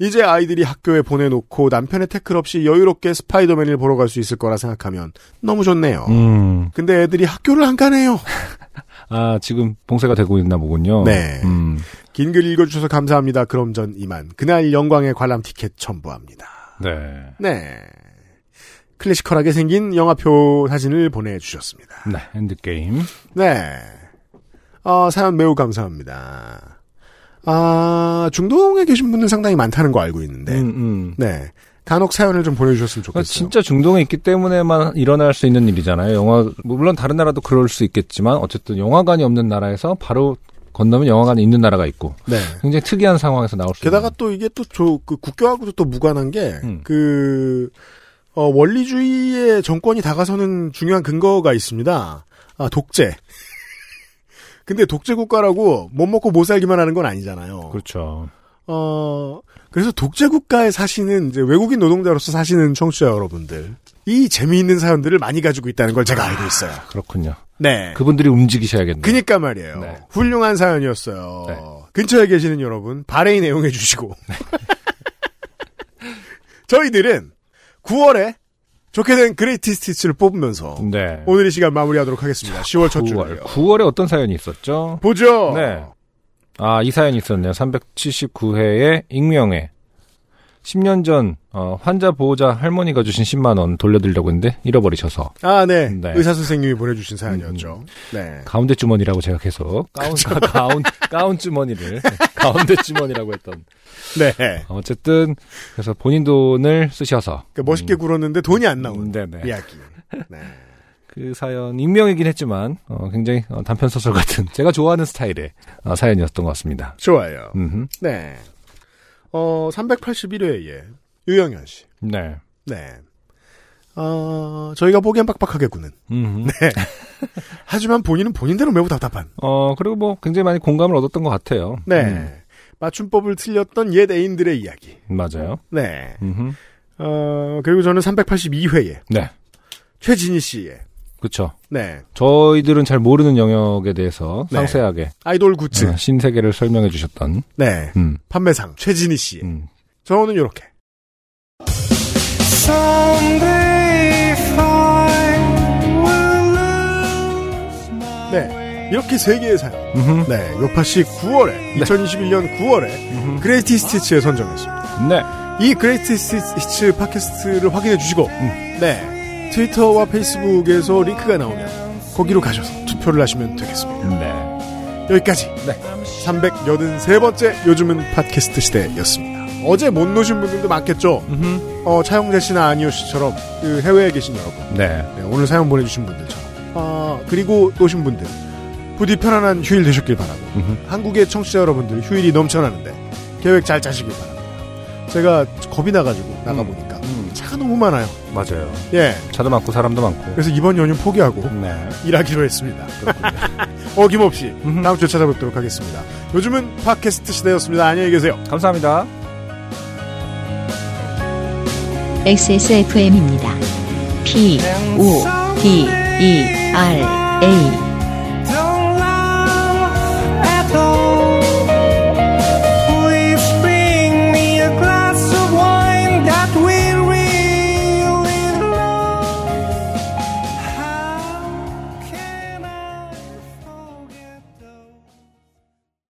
Speaker 1: 이제 아이들이 학교에 보내놓고 남편의 태클 없이 여유롭게 스파이더맨을 보러 갈 수 있을 거라 생각하면 너무 좋네요.
Speaker 2: 음,
Speaker 1: 근데 애들이 학교를 안 가네요.
Speaker 2: 아, 지금 봉쇄가 되고 있나 보군요.
Speaker 1: 네.
Speaker 2: 음,
Speaker 1: 긴 글 읽어주셔서 감사합니다. 그럼 전 이만 그날 영광의 관람 티켓 첨부합니다.
Speaker 2: 네.
Speaker 1: 네. 클래시컬하게 생긴 영화표 사진을 보내주셨습니다.
Speaker 2: 네, 엔드게임.
Speaker 1: 네. 어, 사연 매우 감사합니다. 아, 중동에 계신 분들 상당히 많다는 거 알고 있는데.
Speaker 2: 음, 음.
Speaker 1: 네. 간혹 사연을 좀 보내주셨으면
Speaker 2: 그러니까
Speaker 1: 좋겠어요.
Speaker 2: 진짜 중동에 있기 때문에만 일어날 수 있는 일이잖아요. 영화, 물론 다른 나라도 그럴 수 있겠지만, 어쨌든 영화관이 없는 나라에서 바로 건너면 영화관이 있는 나라가 있고
Speaker 1: 네.
Speaker 2: 굉장히 특이한 상황에서 나올 수
Speaker 1: 게다가 또 이게 또 저, 그 국교하고도 또 무관한 게,
Speaker 2: 음.
Speaker 1: 그, 어, 원리주의의 정권이 다가서는 중요한 근거가 있습니다. 아, 독재. 근데 독재 국가라고 못 먹고 못 살기만 하는 건 아니잖아요.
Speaker 2: 있는. 그렇죠.
Speaker 1: 어, 그래서 독재 국가에 사시는 이제 외국인 노동자로서 사시는 청취자 여러분들. 이 재미있는 사연들을 많이 가지고 있다는 걸 제가 알고 있어요.
Speaker 2: 그렇군요.
Speaker 1: 네.
Speaker 2: 그분들이 움직이셔야겠네요.
Speaker 1: 그니까 말이에요.
Speaker 2: 네.
Speaker 1: 훌륭한 사연이었어요.
Speaker 2: 네.
Speaker 1: 근처에 계시는 여러분 발의 내용해 주시고 저희들은 9월에 좋게 된 그레이티 스티치를 뽑으면서
Speaker 2: 네.
Speaker 1: 오늘 이 시간 마무리하도록 하겠습니다. 10월 첫
Speaker 2: 9월.
Speaker 1: 주에요. 어.
Speaker 2: 9월에 어떤 사연이 있었죠?
Speaker 1: 보죠.
Speaker 2: 네. 아, 이 사연이 있었네요. 379회의 익명에. 10년 전, 어, 환자 보호자 할머니가 주신 10만원 돌려드리려고 했는데, 잃어버리셔서.
Speaker 1: 아, 네.
Speaker 2: 네. 음.
Speaker 1: 의사 선생님이 보내주신 사연이었죠. 네.
Speaker 2: 가운데 주머니라고 제가 계속. 가운, 가운, 가운 주머니를. 가운데 주머니라고 했던.
Speaker 1: 네. 그러니까
Speaker 2: 어쨌든, 그래서 본인 돈을 쓰셔서.
Speaker 1: 멋있게 굴었는데 돈이 안
Speaker 2: 음,
Speaker 1: 나온
Speaker 2: 네네.
Speaker 1: 이야기. 네.
Speaker 2: 그 사연, 익명이긴 했지만, 어, 굉장히 어, 단편소설 같은, 제가 좋아하는 스타일의 어, 사연이었던 것 같습니다.
Speaker 1: 좋아요.
Speaker 2: 음흠.
Speaker 1: 네. 어, 381회에 유영현 씨.
Speaker 2: 네.
Speaker 1: 네. 어, 저희가 보기엔 빡빡하게 구는.
Speaker 2: 음흠.
Speaker 1: 네. 하지만 본인은 본인대로 매우 답답한.
Speaker 2: 어, 그리고 뭐 굉장히 많이 공감을 얻었던 것 같아요.
Speaker 1: 네.
Speaker 2: 음,
Speaker 1: 맞춤법을 틀렸던 옛 애인들의 이야기.
Speaker 2: 맞아요.
Speaker 1: 네.
Speaker 2: 음흠.
Speaker 1: 어, 그리고 저는 382회에
Speaker 2: 네.
Speaker 1: 최진희 씨의
Speaker 2: 그쵸.
Speaker 1: 네.
Speaker 2: 저희들은 잘 모르는 영역에 대해서
Speaker 1: 네.
Speaker 2: 상세하게
Speaker 1: 아이돌 굿즈.
Speaker 2: 어, 신세계를 설명해 주셨던,
Speaker 1: 네.
Speaker 2: 음,
Speaker 1: 판매상 최진희 씨의
Speaker 2: 음.
Speaker 1: 저는 요렇게. 네. 이렇게 세 개의 사연.
Speaker 2: 음흠.
Speaker 1: 네. 요파 씨 9월에 2021년 9월에
Speaker 2: 네. 음흠.
Speaker 1: 그레이티 스티치에 선정했습니다.
Speaker 2: 네.
Speaker 1: 이 그레이티 스티치 팟캐스트를 확인해 주시고
Speaker 2: 음.
Speaker 1: 네. 트위터와 페이스북에서 링크가 나오면 거기로 가셔서 투표를 하시면 되겠습니다.
Speaker 2: 네.
Speaker 1: 여기까지. 네. 383번째 요즘은 팟캐스트 시대였습니다. 어제 못 노신 분들도 많겠죠?
Speaker 2: 음흠.
Speaker 1: 어, 차영재 씨나 아니오 씨처럼 그 해외에 계신 여러분,
Speaker 2: 네.
Speaker 1: 네, 오늘 사연 보내주신 분들처럼, 아, 그리고 노신 분들, 부디 편안한 휴일 되셨길 바라고,
Speaker 2: 음흠.
Speaker 1: 한국의 청취자 여러분들 휴일이 넘쳐나는데, 계획 잘 짜시길 바랍니다. 제가 겁이 나가지고 나가보니까,
Speaker 2: 음.
Speaker 1: 차가 너무 많아요.
Speaker 2: 맞아요.
Speaker 1: 예.
Speaker 2: 차도 많고 사람도 많고.
Speaker 1: 그래서 이번 연휴 포기하고,
Speaker 2: 네.
Speaker 1: 일하기로 했습니다. 어김없이
Speaker 2: 음흠.
Speaker 1: 다음 주에 찾아뵙도록 하겠습니다. 요즘은 팟캐스트 시대였습니다. 안녕히 계세요.
Speaker 2: 감사합니다.
Speaker 3: XSFM입니다. P, O, D, E, R, A.